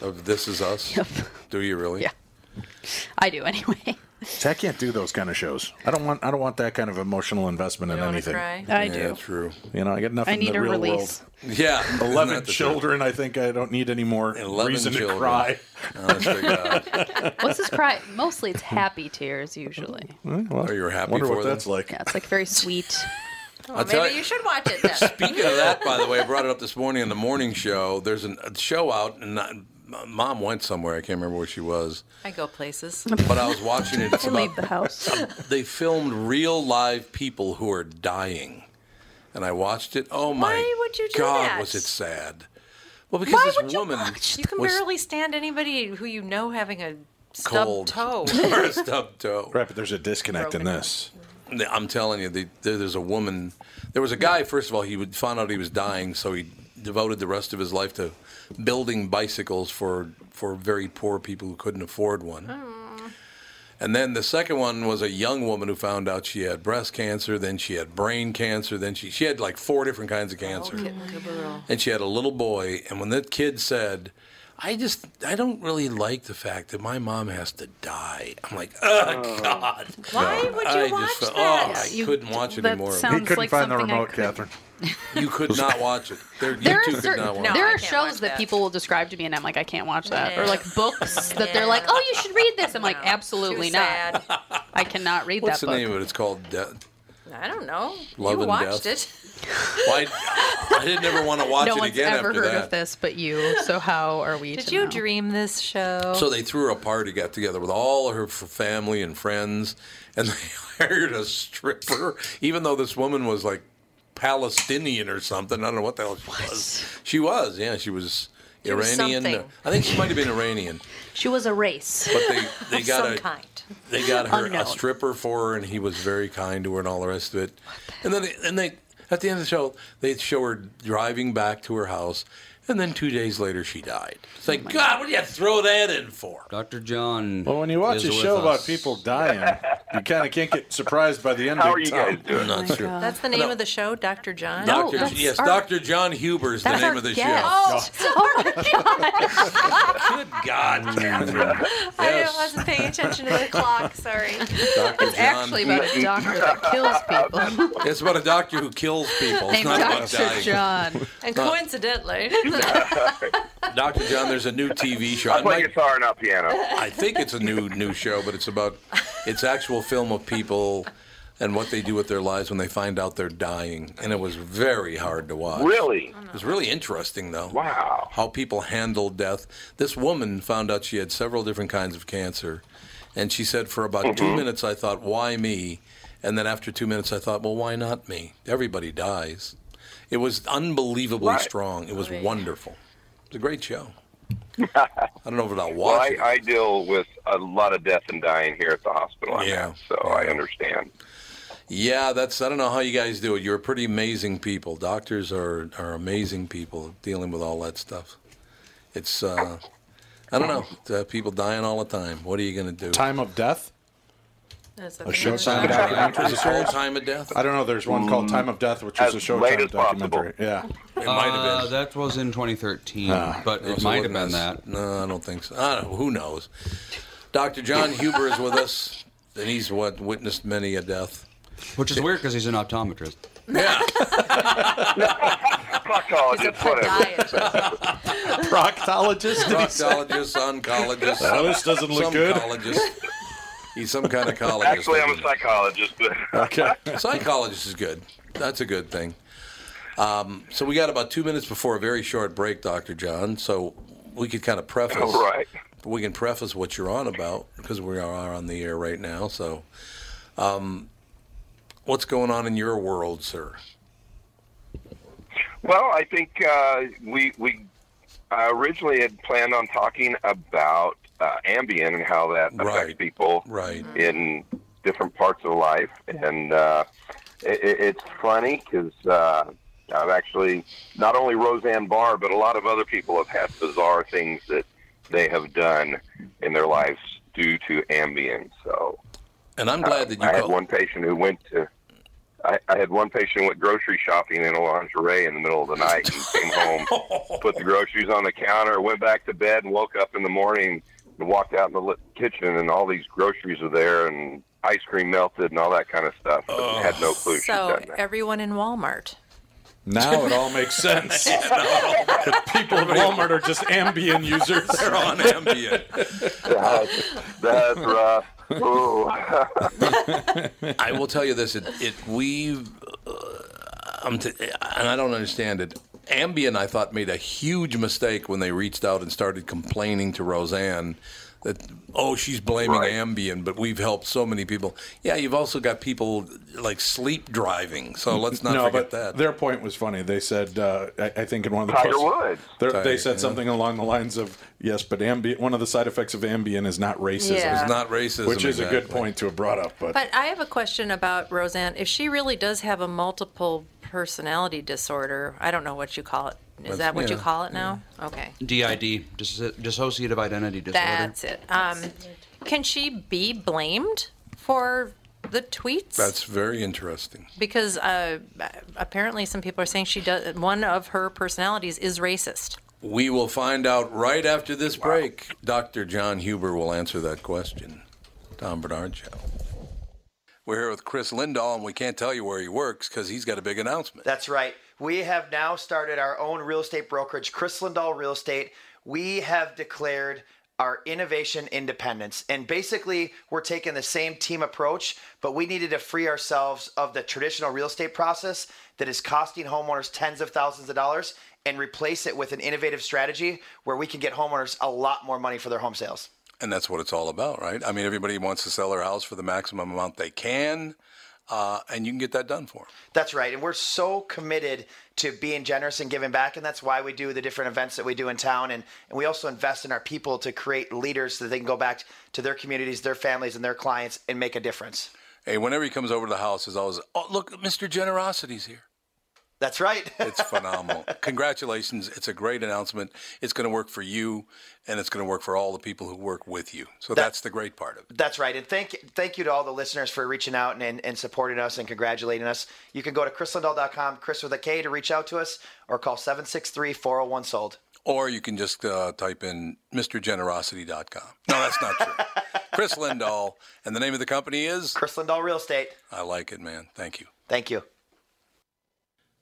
A: Of This is us. Do you really?
I: Yeah. I do anyway.
G: See, I can't do those kind of shows. I don't want. I don't want that kind of emotional investment
B: You
G: in
B: don't wanna
G: anything.
B: cry?
I: I
A: Yeah,
I: do.
A: true.
G: You know, I got nothing.
I: I need
G: in the
I: a
G: real
I: release.
A: Yeah, isn't
G: World. Eleven
A: that the truth?
G: children. I think I don't need any more
A: 11
G: reason
A: children.
G: to cry.
A: Honest to God.
I: What's his cry? Mostly it's happy tears usually.
A: Are you happy
G: Wonder
A: for
G: what
A: them?
G: that's like.
I: Yeah, it's like very sweet.
A: I'll
B: Maybe
A: tell
B: you should watch it then.
A: Speaking of that, by the way, I brought it up this morning in the morning show. There's an, a show out, and I, my mom went somewhere. I can't remember where she was,
B: I go places.
A: but I was watching it. It's
I: I leave
A: about
I: the house.
A: they filmed real live people who are dying, and I watched it. Oh my!
B: Why would you do
A: God,
B: that?
A: was it sad? Well, because
B: Why
A: this
B: would you
A: woman
B: watch? You can
A: was
B: barely stand anybody who you know having a
A: cold,
B: stubbed toe.
A: or a stubbed toe.
G: Right, but there's a disconnect in
B: Broken up.
G: this.
A: I'm telling you, the, there, there's a woman. There was a guy. First of all, he would find out he was dying, so he devoted the rest of his life to building bicycles for for very poor people who couldn't afford one. And then the second one was a young woman who found out she had breast cancer, then she had brain cancer, then she she had like four different kinds of
B: Oh,
A: cancer. And she had a little boy, and when that kid said, I just I don't really like the fact that my mom has to die. I'm like, oh, God.
B: Why would you
A: I
B: watch
A: just felt,
B: that?
A: Oh, I
B: You-
A: couldn't watch it
B: that
A: anymore.
B: sounds He couldn't like find the something I remote, could-
K: Catherine.
A: You could not watch it. There,
I: There
A: you two
I: are
A: could not
I: certain
A: watch it.
I: there are shows that. people will describe to me, and I'm like, I can't watch that. Or
B: Yeah.
I: like books that they're like, oh, you should read this. I'm like, absolutely not. I cannot read
A: What's
I: that
A: the
I: book.
A: name of it? It's called Death.
B: I don't know.
A: Love
B: you
A: and
B: watched
A: death. Why? I didn't ever want to watch
I: no
A: it
I: one's
A: again
I: ever
A: after
I: heard
A: that.
I: of this but you. So how are we?
B: it. Did
I: to
B: you
I: know?
B: dream this show?
A: So they threw her a party, got together with all her f- family and friends, and they hired a stripper, even though this woman was like Palestinian or something. I don't know what the hell she was. She was, yeah, she was
B: She was
A: Iranian.
B: something.
A: I think she might have been Iranian.
B: she was a race.
A: But they- they
B: of
A: got
B: some
A: a-
B: kind.
A: They got her
B: Unknown.
A: a stripper for her, and he was very kind to her and all the rest of it. And then, and they at the end of the show, they show her driving back to her house, and then two days later, she died. It's like, God, what do you throw that in for?
D: Dr. John.
G: Well, when you watch a show about people dying, you kind of can't get surprised by the ending.
A: How are you guys doing? Not sure.
B: That's the name of the show, Dr. John.
A: Dr. yes, Dr. John Huber's the
B: that's
A: name
B: our
A: of the
B: guest.
A: show.
B: Oh, oh my God.
A: Good God, Catherine.
B: I wasn't paying attention to the clock. Sorry.
A: Dr. John.
I: Actually, about a doctor that kills people
A: It's about a doctor who kills people. It's
I: named
A: not about
I: Dr.
A: dying.
I: John.
B: And
A: No.
B: coincidentally,
A: Dr. John, there's a new TV show. I play
K: guitar, not piano.
A: I think it's a new new show, but it's about it's actual film of people and what they do with their lives when they find out they're dying. And it was very hard to watch.
K: Really?
A: It was really interesting though. Wow. How people handle death. This woman found out she had several different kinds of cancer. And she said for about two
K: Mhm.
A: minutes I thought, why me? And then after two minutes I thought, well why not me? Everybody dies. It was unbelievably
K: Right.
A: strong. It was wonderful. It was a great show. I don't know if I'll
K: Well,
A: watch
K: I,
A: it.
K: I deal with a lot of death and dying here at the hospital. I'm
A: Yeah.
K: at, so I understand.
A: Yeah, that's. I don't know how you guys do it. You're pretty amazing people. Doctors are are amazing people dealing with all that stuff. It's. Uh, I don't know. It's, uh, people dying all the time. What are you going to do?
G: Time of death?
B: That's
G: A show
A: Time
G: time
A: of death.
G: documentary?
A: Is there a time of death?
G: I don't know. There's one
A: Mm.
G: called Time of Death, which is a
K: As
G: show
K: late
G: time
K: as possible.
G: documentary. Yeah.
A: It might have
D: Uh,
A: been.
D: That was in 2013,
G: Ah.
D: but
A: No,
D: it
A: so
D: might have
A: wasn't
D: been
A: us.
D: that.
A: No, I don't think so. I don't, who knows? Dr. John Huber is with us, and he's what witnessed many a death.
D: Which is weird because he's an optometrist.
K: Proctologist, whatever.
G: Proctologist? did he say?
A: Proctologist, oncologist.
G: Well, this doesn't look
A: some
G: good.
A: collegist. He's some kind of collegist.
K: Actually, I'm a psychologist.
G: Okay.
A: Psychologist is good. That's a good thing. Um, so we got about two minutes before a very short break, Doctor John. So we could kind of preface.
K: All right.
A: We can preface what you're on about because we are on the air right now. So, um, what's going on in your world, sir?
K: Well, I think uh, we we uh, originally had planned on talking about uh, Ambien and how that affects
A: Right.
K: people
A: Right.
K: in different parts of life, and uh, it, it- it's funny because uh, I've actually not only Roseanne Barr, but a lot of other people have had bizarre things that they have done in their lives due to Ambien. So
A: And I'm glad that you
K: Uh, I had
A: called.
K: one patient who went to. I, I had one patient who went grocery shopping in a lingerie in the middle of the night and came home, put the groceries on the counter, went back to bed, and woke up in the morning and walked out in the lit- kitchen, and all these groceries were there, and ice cream melted, and all that kind of stuff. But had
A: Oh.
K: no clue she'd
B: so
K: done that.
B: everyone in Walmart.
G: Now it all makes sense. The people at Walmart are just Ambien users.
A: They're on Ambien.
K: That's, that's rough. Ooh.
A: I will tell you this: it, it we, uh, I'm t- and I don't understand it. Ambien, I thought, made a huge mistake when they reached out and started complaining to Roseanne that oh, she's blaming Ambien, but we've helped so many people. Yeah, you've also got people like sleep driving, so let's not
G: no, but
A: forget that.
G: Their point was funny. They said, uh, I, I think in one of the
K: Tiger
G: posts-
K: Woods.
G: they're-
A: Tiger,
G: they said
A: yeah.
G: something along the lines of, "Yes, but Ambien. One of the side effects of Ambien is not racism.
B: Yeah. It's
A: not racism,
G: which is a good
A: exactly.
G: point to have brought up. But,
B: But I have a question about Roseanne. If she really does have a multiple personality disorder. I don't know what you call it. Is
D: Well,
B: that what you
D: yeah,
B: call it now? Okay.
D: DID, dis- dissociative identity disorder.
B: That's it. Um, can she be blamed for the tweets?
A: That's very interesting.
B: because uh, apparently some people are saying she does. One of her personalities is racist.
A: We will find out right after this break. Dr. John Huber will answer that question. Tom Bernard Show. We're here with Chris Lindahl, and we can't tell you where he works because he's got a big announcement.
L: That's right. We have now started our own real estate brokerage, Chris Lindahl Real Estate. We have declared our innovation independence. And basically, we're taking the same team approach, but we needed to free ourselves of the traditional real estate process that is costing homeowners tens of thousands of dollars and replace it with an innovative strategy where we can get homeowners a lot more money for their home sales.
A: And that's what it's all about, right? I mean, everybody wants to sell their house for the maximum amount they can, uh, and you can get that done for them.
L: That's right. And we're so committed to being generous and giving back. And that's why we do the different events that we do in town. And, and we also invest in our people to create leaders so that they can go back to their communities, their families, and their clients and make a difference.
A: Hey, whenever he comes over to the house, is always, oh, look, Mr. Generosity's here.
L: That's right.
A: it's phenomenal. Congratulations. It's a great announcement. It's going to work for you, and it's going to work for all the people who work with you. So that's the great part of it.
L: That's right. And thank thank you to all the listeners for reaching out and, and, and supporting us and congratulating us. You can go to chrislindall.com, Chris with a K, to reach out to us or call 763 401 SOLD.
A: Or you can just uh, type in MrGenerosity.com. No, that's not true. Chris Lindahl. And the name of the company is?
L: Chris Lindahl Real Estate.
A: I like it, man. Thank you.
L: Thank you.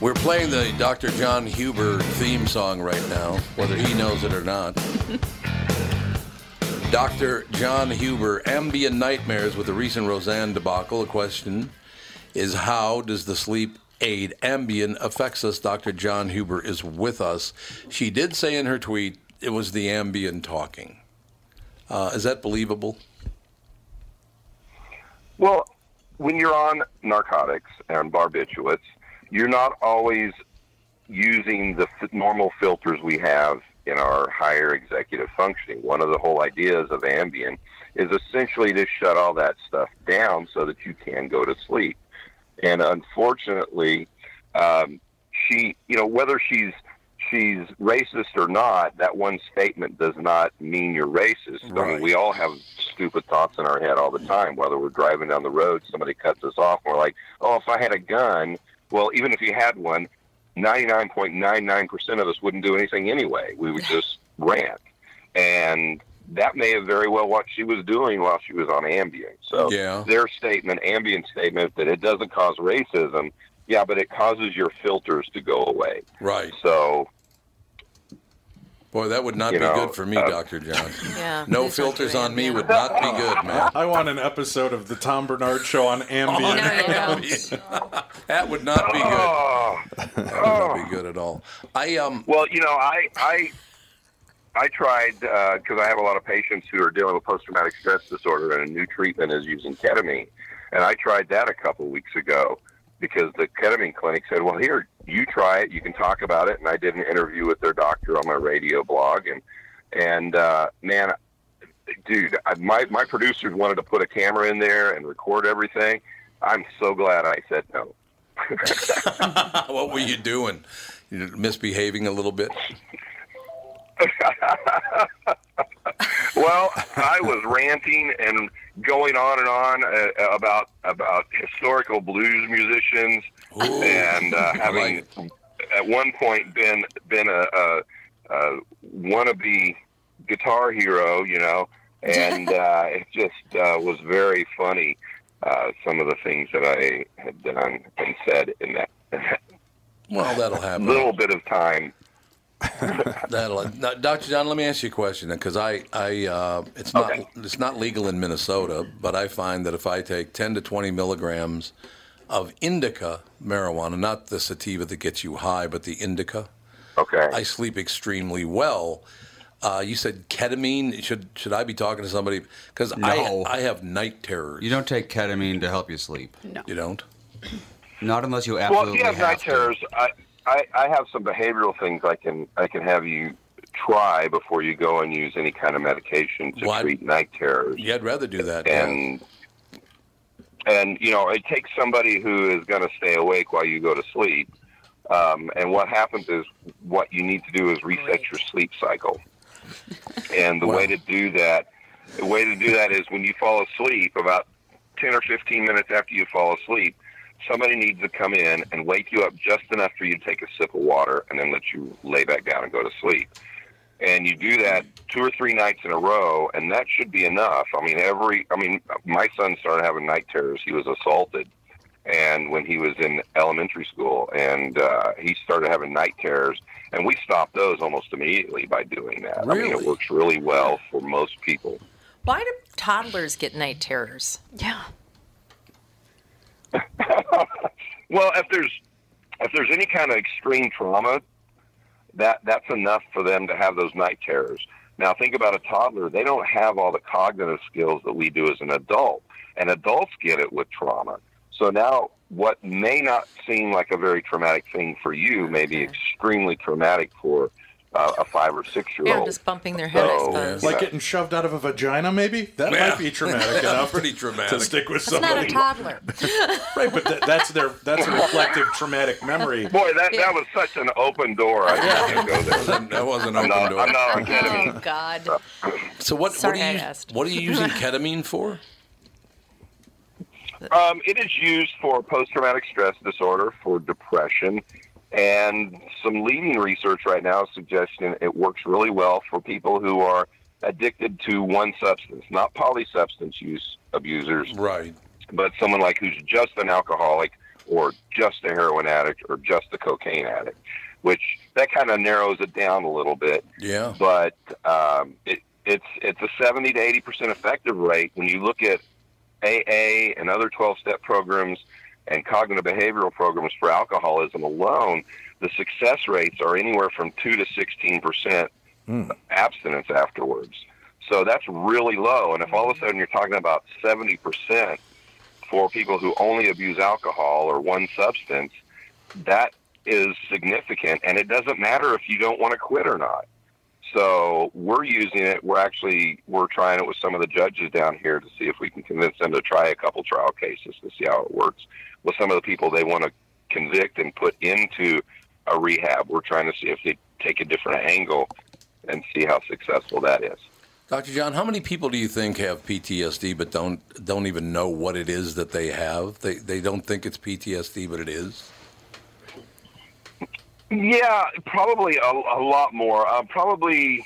A: We're playing the Dr. John Huber theme song right now, whether he knows it or not. Dr. John Huber, ambient nightmares with the recent Roseanne debacle. A question is how does the sleep aid Ambien affects us? Dr. John Huber is with us. She did say in her tweet it was the Ambien talking. Uh, is that believable?
K: Well, when you're on narcotics and barbiturates, you're not always using the f- normal filters we have in our higher executive functioning. One of the whole ideas of Ambien is essentially to shut all that stuff down so that you can go to sleep. And unfortunately, um, she, you know, whether she's she's racist or not, that one statement does not mean you're racist. I mean, we all have stupid thoughts in our head all the time. Whether we're driving down the road, somebody cuts us off, and we're like, "Oh, if I had a gun," well, even if you had one, ninety-nine point nine nine percent of us wouldn't do anything anyway. We would just rant, and that may have very well what she was doing while she was on Ambien. So
A: Yeah.
K: their statement, Ambien statement, that it doesn't cause racism. Yeah, but it causes your filters to go away.
A: Right.
K: So
A: Boy, that would not
K: You
A: be
K: know,
A: good for me,
K: uh,
A: Dr. John.
B: Yeah.
A: No filters on me would not be good, man.
G: I want an episode of the Tom Bernard Show on Ambien.
A: that would not be good.
K: Oh,
A: that would not be good at all. I um.
K: Well, you know, I I I tried uh, because I have a lot of patients who are dealing with post traumatic stress disorder, and a new treatment is using ketamine. And I tried that a couple weeks ago because the ketamine clinic said, "Well, here you try it. You can talk about it." And I did an interview with their doctor on my radio blog, and and uh, man, dude, I, my my producers wanted to put a camera in there and record everything. I'm so glad I said no.
A: what were you doing? You misbehaving a little bit?
K: well, I was ranting and going on and on uh, about about historical blues musicians, and uh, having at one point been been a, a, a wannabe guitar hero, you know, and uh, it just uh, was very funny. Uh, some of the things that I had done and said in that, in that
A: Well, that'll happen.
K: little bit of time
A: That'll, now, Dr. John, let me ask you a question because I, I, uh, it's not, it's not legal in Minnesota, but I find that if I take 10 to 20 milligrams of indica marijuana, not the sativa that gets you high, but the indica,
K: okay,
A: I sleep extremely well. Uh, you said ketamine. Should should I be talking to somebody? Because
D: No.
A: I I have night terrors.
D: You don't take ketamine to help you sleep.
I: No.
A: You don't?
D: Not unless you
K: Well, if
D: absolutely
K: you have
D: have
K: night terrors, I, I, I have some behavioral things I can I can have you try before you go and use any kind of medication to
A: Well, I'd-
K: treat night terrors.
A: Yeah, I'd rather do that. yeah.
K: and and you know it takes somebody who is going to stay awake while you go to sleep. Um, and what happens is what you need to do is reset your sleep cycle. And the way to do that, the way to do that is when you fall asleep, about ten or fifteen minutes after you fall asleep, somebody needs to come in and wake you up just enough for you to take a sip of water and then let you lay back down and go to sleep. And you do that two or three nights in a row, and that should be enough. Um, I mean, every, I mean, my son started having night terrors. He was assaulted, and when he was in elementary school, and uh, he started having night terrors, and we stopped those almost immediately by doing that. I mean, it works really well for most people.
B: Why do toddlers get night terrors? Yeah.
K: Well, if there's if there's any kind of extreme trauma, that that's enough for them to have those night terrors. Now, think about a toddler; they don't have all the cognitive skills that we do as an adult, and adults get it with trauma. So now, what may not seem like a very traumatic thing for you may be extremely traumatic for uh, a five or six year
B: Yeah,
K: old.
B: just bumping their head, I
K: Oh,
B: suppose.
K: yeah.
G: Like getting shoved out of a vagina, maybe that
A: Yeah.
G: might be traumatic enough.
A: Pretty traumatic.
G: to stick with
B: It's not a
G: somebody,
B: toddler.
G: right? But that that's their that's a reflective traumatic memory.
K: Boy, that that was such an open door. I can't go there.
A: That wasn't
K: I'm
A: open
K: not,
A: door.
K: I'm not on ketamine.
B: Oh, God.
A: So what?
B: Sorry
A: what, are
B: I
A: you,
B: asked.
A: what are you using ketamine for?
K: Um, it is used for post traumatic stress disorder, for depression, and some leading research right now is suggesting it works really well for people who are addicted to one substance, not polysubstance use abusers.
A: Right.
K: But someone like who's just an alcoholic or just a heroin addict or just a cocaine addict, which that kind of narrows it down a little bit
A: Yeah.
K: but um, it, it's it's a 70 to 80 percent effective rate when you look at AA and other 12-step programs and cognitive behavioral programs for alcoholism alone. The success rates are anywhere from two to 16 percent abstinence afterwards. So that's really low. And if all of a sudden you're talking about 70 percent for people who only abuse alcohol or one substance, that is significant. And it doesn't matter if you don't want to quit or not. So we're using it. We're actually we're trying it with some of the judges down here to see if we can convince them to try a couple trial cases to see how it works with some of the people they want to convict and put into a rehab. We're trying to see if they take a different angle and see how successful that is.
A: Dr. John, how many people do you think have PTSD but don't don't even know what it is that they have? They they don't think it's PTSD, but it is.
K: Yeah, probably a, a lot more. Uh, probably,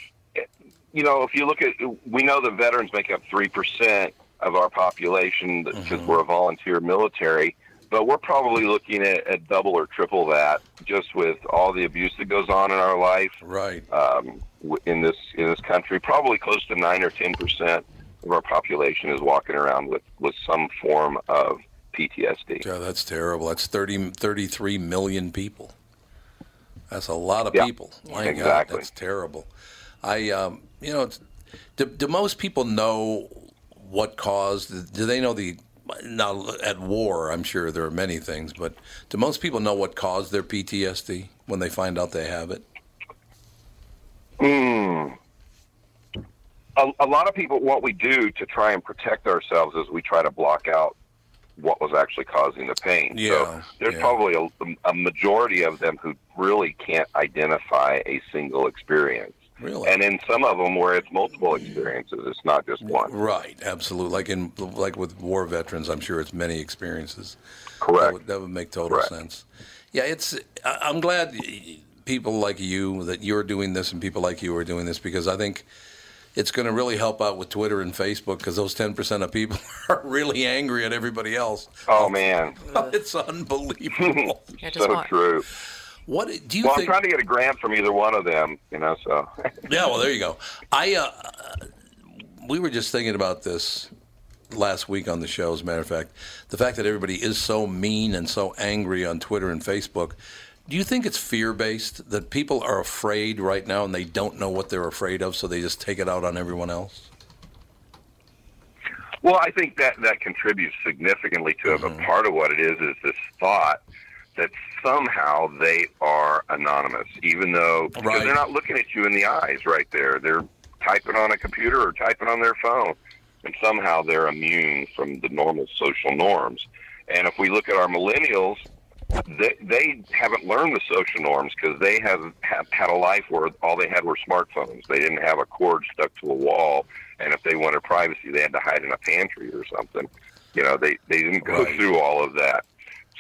K: you know, if you look at, we know the veterans make up 3% of our population because we're a volunteer military, but we're probably looking at, at double or triple that just with all the abuse that goes on in our life
A: Right.
K: um, w- in this in this country. Probably close to nine or ten percent of our population is walking around with with some form of PTSD.
A: Yeah, that's terrible. That's 30, 33 million people. That's a lot of
K: Yeah,
A: people. My God,
K: exactly.
A: that's terrible. I, um, you know, it's, do, do most people know what caused? Do they know the? Now at war, I'm sure there are many things, but do most people know what caused their PTSD when they find out they have it?
K: Hmm. A, a lot of people, what we do to try and protect ourselves is we try to block out what was actually causing the pain.
A: Yeah,
K: so there's
A: yeah.
K: probably a, a majority of them who really can't identify a single experience.
A: Really?
K: And in some of them where it's multiple experiences, it's not just one.
A: Right, absolutely. Like in like with war veterans, I'm sure it's many experiences. That
K: Correct.
A: would, oh, that would make total
K: Correct.
A: sense. Yeah, it's. I- I'm glad people like you that you're doing this and people like you are doing this because I think it's going to really help out with Twitter and Facebook because those 10% of people are really angry at everybody else.
K: Oh, man.
A: It's unbelievable.
B: I just
K: so
B: want-
K: true.
A: What do you
K: well,
A: think-
K: I'm trying to get a grant from either one of them, you know, so.
A: Yeah, well, there you go. I uh, we were just thinking about this last week on the show. As a matter of fact, the fact that everybody is so mean and so angry on Twitter and Facebook. Do you think it's fear based that people are afraid right now and they don't know what they're afraid of, so they just take it out on everyone else?
K: Well, I think that that contributes significantly to it. But part of what it is is this thought that somehow they are anonymous, even though 'cause
M: Right.
K: they're not looking at you in the eyes right there. They're typing on a computer or typing on their phone, and somehow they're immune from the normal social norms. And if we look at our millennials, they, they haven't learned the social norms because they have, have had a life where all they had were smartphones. They didn't have a cord stuck to a wall, and if they wanted privacy, they had to hide in a pantry or something. You know, they they didn't go through all of that,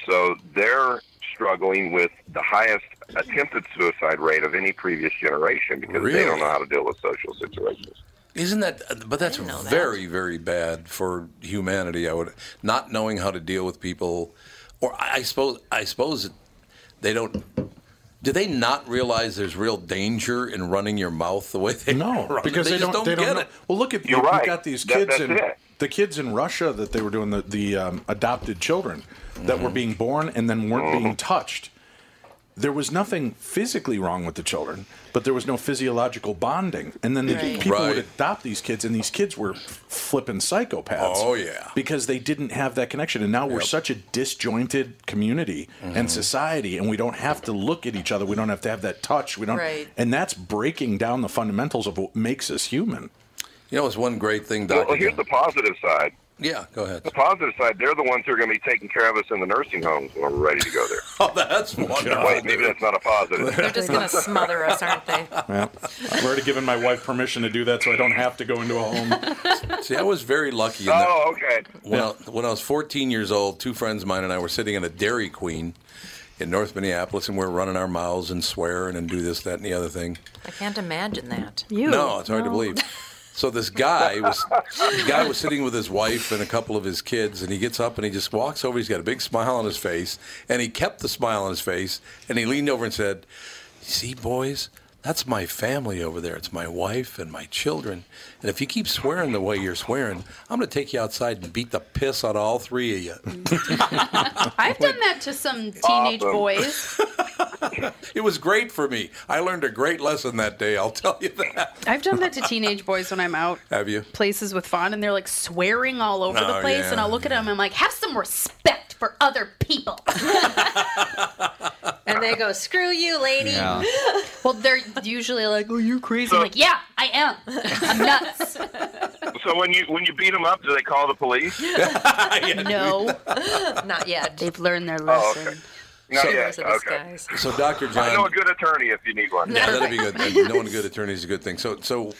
K: so they're struggling with the highest attempted suicide rate of any previous generation because they don't know how to deal with social situations.
A: Isn't that? uh, But that's very, very bad for humanity. I would not knowing how to deal with people, or I I suppose I suppose they don't. Do they not realize there's real danger in running your mouth the way they
G: no
A: run?
G: because they,
A: just
G: don't, they don't
A: get
G: know.
A: it.
G: Well, look at
A: You're
G: you, you
A: right.
G: got these
A: That-
G: kids
A: that's
G: in
A: it.
G: the kids in Russia that they were doing the the um, adopted children that
A: Mm-hmm.
G: were being born and then weren't being touched. There was nothing physically wrong with the children, but there was no physiological bonding. And then the
A: Right.
G: people would
A: Right.
G: adopt these kids, and these kids were f- flipping psychopaths.
A: Oh, yeah.
G: because they didn't have that connection. And now we're such a disjointed community and society, and we don't have to look at each other. We don't have to have that touch. We don't
A: Right.
G: and that's breaking down the fundamentals of what makes us human.
A: You know, it's one great thing,
K: Well,
A: Doctor.
K: well, here's the positive side.
A: yeah, go ahead.
K: The positive side, they're the ones who are going to be taking care of us in the nursing homes when we're ready to go there.
A: Oh, that's wonderful.
K: Wait, maybe that's not a positive.
B: They're just going to smother us, aren't they?
G: Yeah. I've already given my wife permission to do that, so I don't have to go into a home.
A: See, I was very lucky. In that.
K: Oh, okay.
A: When, I, when I was 14 years old, two friends of mine and I were sitting in a Dairy Queen in North Minneapolis, and we were running our mouths and swearing and do this, that, and the other thing.
B: I can't imagine that. You?
A: No, it's hard to believe. So this guy was the guy was sitting with his wife and a couple of his kids, and he gets up and he just walks over. He's got a big smile on his face, and he kept the smile on his face, and he leaned over and said, "See, boys." That's my family over there. It's my wife and my children. And if you keep swearing the way you're swearing, I'm going to take you outside and beat the piss out of all three of you.
I: I've done that to some teenage
A: Awesome.
I: boys.
A: It was great for me. I learned a great lesson that day. I'll tell you that.
I: I've done that to teenage boys when I'm out
A: Have you?
I: places with fun and they're like swearing all over
A: Oh,
I: the place and
A: yeah,
I: I'll look at them and I'm like, have some respect for other people.
B: And they go, screw you, lady.
D: Yeah.
I: well, they're usually like, oh, you're crazy. I'm like, yeah, I am. I'm nuts.
K: So when you when you beat them up, do they call the police?
I: no.
B: Not yet.
E: They've learned their
K: Oh,
E: lesson.
K: okay. Not
A: So-
K: yet. Okay.
A: So, Dr. John.
K: I know a good attorney if you need one.
A: Yeah, that'd be good. Knowing a good attorney is a good thing. So, so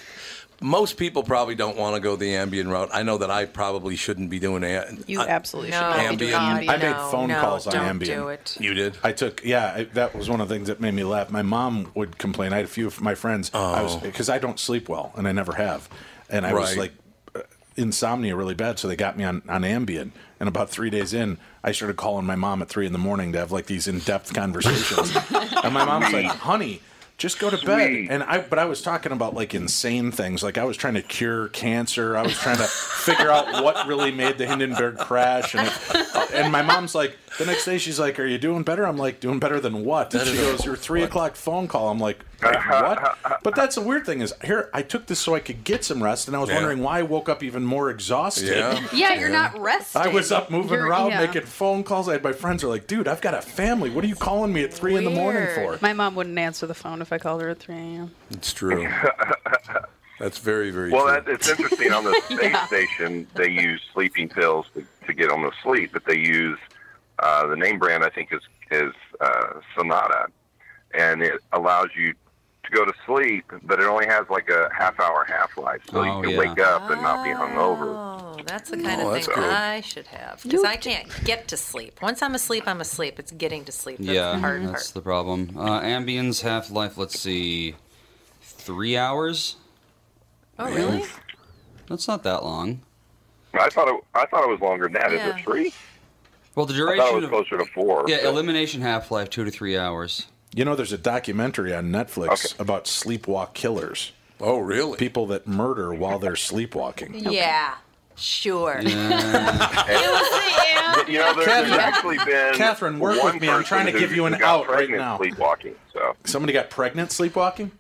A: most people probably don't want to go the Ambien route. I know that I probably shouldn't be doing a,
C: You
A: I-
C: absolutely
B: No,
C: should not be doing
B: God,
C: Ambien.
G: I made phone
B: no,
G: calls on
B: don't
G: Ambien.
B: do it.
A: You did.
G: I took yeah. I, that was one of the things that made me laugh. My mom would complain. I had a few of my friends. I was
A: Oh.
G: because I don't sleep well, and I never have, and I was
A: Right.
G: like uh, insomnia really bad. So they got me on on Ambien, and about three days in, I started calling my mom at three in the morning to have like these in depth conversations, and my mom's like, "Honey." Just go to bed, and I. But I was talking about like insane things, like I was trying to cure cancer. I was trying to figure out what really made the Hindenburg crash, and if and my mom's like, the next day she's like, "Are you doing better?" I'm like, "Doing better than what?"
A: Better
G: she
A: than
G: goes, "Your three o'clock phone call." I'm like, "Wait, "What?" But that's the weird thing is, here I took this so I could get some rest, and I was
A: Yeah.
G: wondering why I woke up even more exhausted.
A: Yeah.
I: Yeah, you're not resting.
G: I was up moving
I: You're-
G: around,
I: yeah.
G: making phone calls. I had my friends are like, "Dude, I've got a family. What are you calling me at three in the morning for?"
C: My mom wouldn't answer the phone if I called her at 3 a.m.
A: It's true. That's very, very
K: Well,
A: true.
K: that, it's interesting. On the space station, they use sleeping pills to, to get them to sleep, but they use uh, the name brand. I think is is uh, Sonata, and it allows you to go to sleep, but it only has like a half hour half life, so
D: Oh,
K: you can
D: yeah.
K: wake up and not be hungover.
B: Oh, that's the kind
A: Oh,
B: of
A: that's
B: thing
A: good.
B: I should have because I can't get to sleep. Once I'm asleep, I'm asleep. It's getting to sleep. That's
D: yeah,
B: the hard
D: that's the problem. Uh, Ambien's half life, let's see, three hours.
B: part. Oh, really?
D: That's not that long.
K: I thought it, I thought it was longer than that. Is
B: Yeah.
K: it three?
D: Well, the
K: I thought it
D: duration
K: was
D: of
K: closer to four.
D: yeah,
K: but-
D: elimination half life two to three hours.
G: You know, there's a documentary on Netflix about sleepwalk killers.
A: Oh, really?
G: People that murder while they're sleepwalking.
B: Yeah, sure.
K: you know, there, there's
G: Catherine-
K: actually been
G: Catherine, work
K: one
G: with me. I'm
K: person
G: trying to
K: who-
G: give you an
K: who got
G: out right
K: pregnant
G: now.
K: Sleepwalking. So
G: Somebody got pregnant sleepwalking?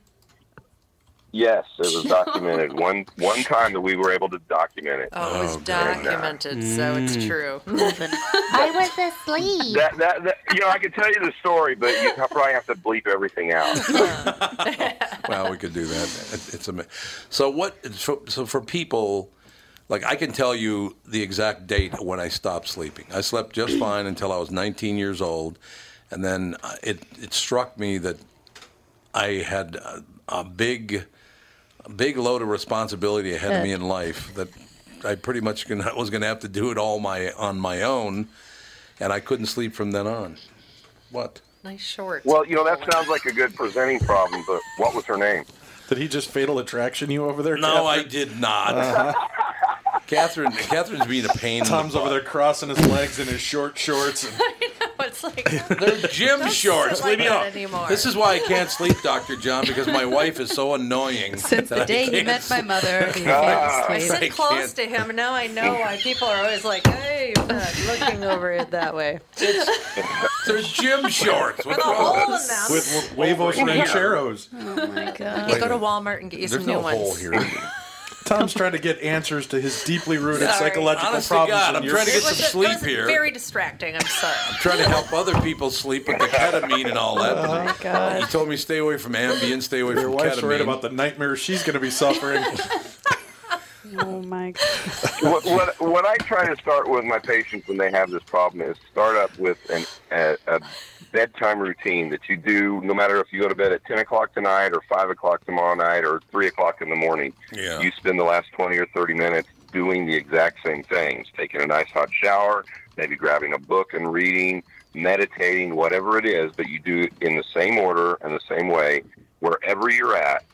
K: yes, it was documented one one time that we were able to document it.
B: Oh, it was
K: And, uh,
B: documented, so it's
D: Mm.
B: true.
K: I
N: was asleep.
K: That, that, that, you know, I could tell you the story, but you probably have to bleep everything out.
A: Wow, we could do that. It- It's amazing. So what? So, so for people, like I can tell you the exact date when I stopped sleeping. I slept just fine until I was 19 years old, and then uh, it it struck me that I had a, a big, a big load of responsibility ahead of me in life that I pretty much gonna, was going to have to do it all my on my own, and I couldn't sleep from then on. What?
B: nice shorts.
K: Well, you know, that sounds like a good presenting problem, but what was her name?
G: Did he just fatal attraction you over there?
A: No,
G: Catherine?
A: I
G: Uh-huh.
A: did not. Catherine, Catherine's being a pain.
G: Tom's over there crossing his legs in his short shorts. And
B: it's like
A: They're gym
B: Don't
A: shorts.
B: sit like
A: Leave me
B: that
A: alone.
B: anymore.
A: This is why I can't sleep, Doctor John, because my wife is so annoying.
I: Since the
A: that I
I: day he
A: can't
I: met my
A: sleep.
I: mother, he
A: Ah,
I: can't
B: I sit
A: I
B: close
A: can't.
B: to him, and now I know why people are always like, "Hey, you're not looking over it that way."
A: There's gym shorts. What's
B: With a
A: wrong
B: hole in
A: with
B: them.
A: this?
G: With huevos
A: Over here.
G: rancheros.
I: Oh my god.
B: You go to Walmart and get you
G: There's
B: some new
G: no
B: ones.
G: hole here. Tom's trying to get answers to his deeply rooted
B: Sorry.
G: psychological
A: Honest to
G: problems.
A: God,
G: and
A: I'm
G: you're-
A: trying to get some sleep
B: That was
A: here.
B: Very distracting. I'm sorry.
A: Trying to help other people sleep with the
G: Uh-huh.
A: ketamine and all that.
G: Oh,
B: my God.
A: He told me stay away from Ambien, stay away
G: Your
A: from
G: wife's
A: ketamine.
G: worried about the nightmare she's going to be suffering.
C: Oh my god.
K: what, what, what I try to start with my patients when they have this problem is start up with an, a, a bedtime routine that you do no matter if you go to bed at 10 o'clock tonight or 5 o'clock tomorrow night or 3 o'clock in the morning.
A: Yeah.
K: You spend the last 20 or 30 minutes doing the exact same things taking a nice hot shower, maybe grabbing a book and reading, meditating, whatever it is, but you do it in the same order and the same way wherever you're at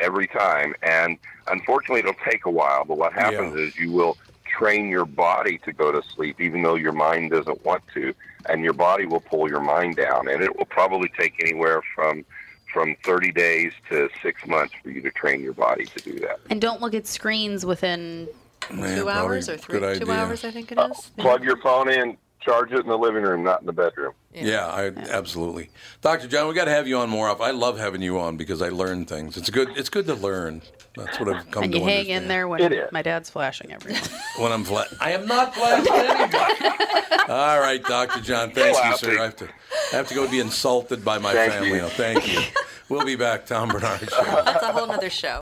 K: every time. And unfortunately, it'll take a while. But what happens is you will train your body to go to sleep, even though your mind doesn't want to, and your body will pull your mind down. And it will probably take anywhere from from 30 days to six months for you to train your body to do that.
I: And don't look at screens within
B: two hours or three? Two
K: good idea.
B: hours, I think it is.
K: Plug your phone in, charge it in the living room, not in the bedroom.
A: Yeah, I absolutely. Dr. John, we got to have you on more often. I love having you on because I learn things. It's good. It's good to learn. That's what I've come
C: and
A: to
C: you hang
A: understand.
C: in there
A: It
C: when
A: is.
C: my dad's flashing everything.
A: When I'm flat, I am not blasting anybody. All right, Dr. John, thank you, sir. I have to, I have to go be insulted by my family now. Thank you. We'll be back, Tom Bernard. Show.
B: That's a whole nother show.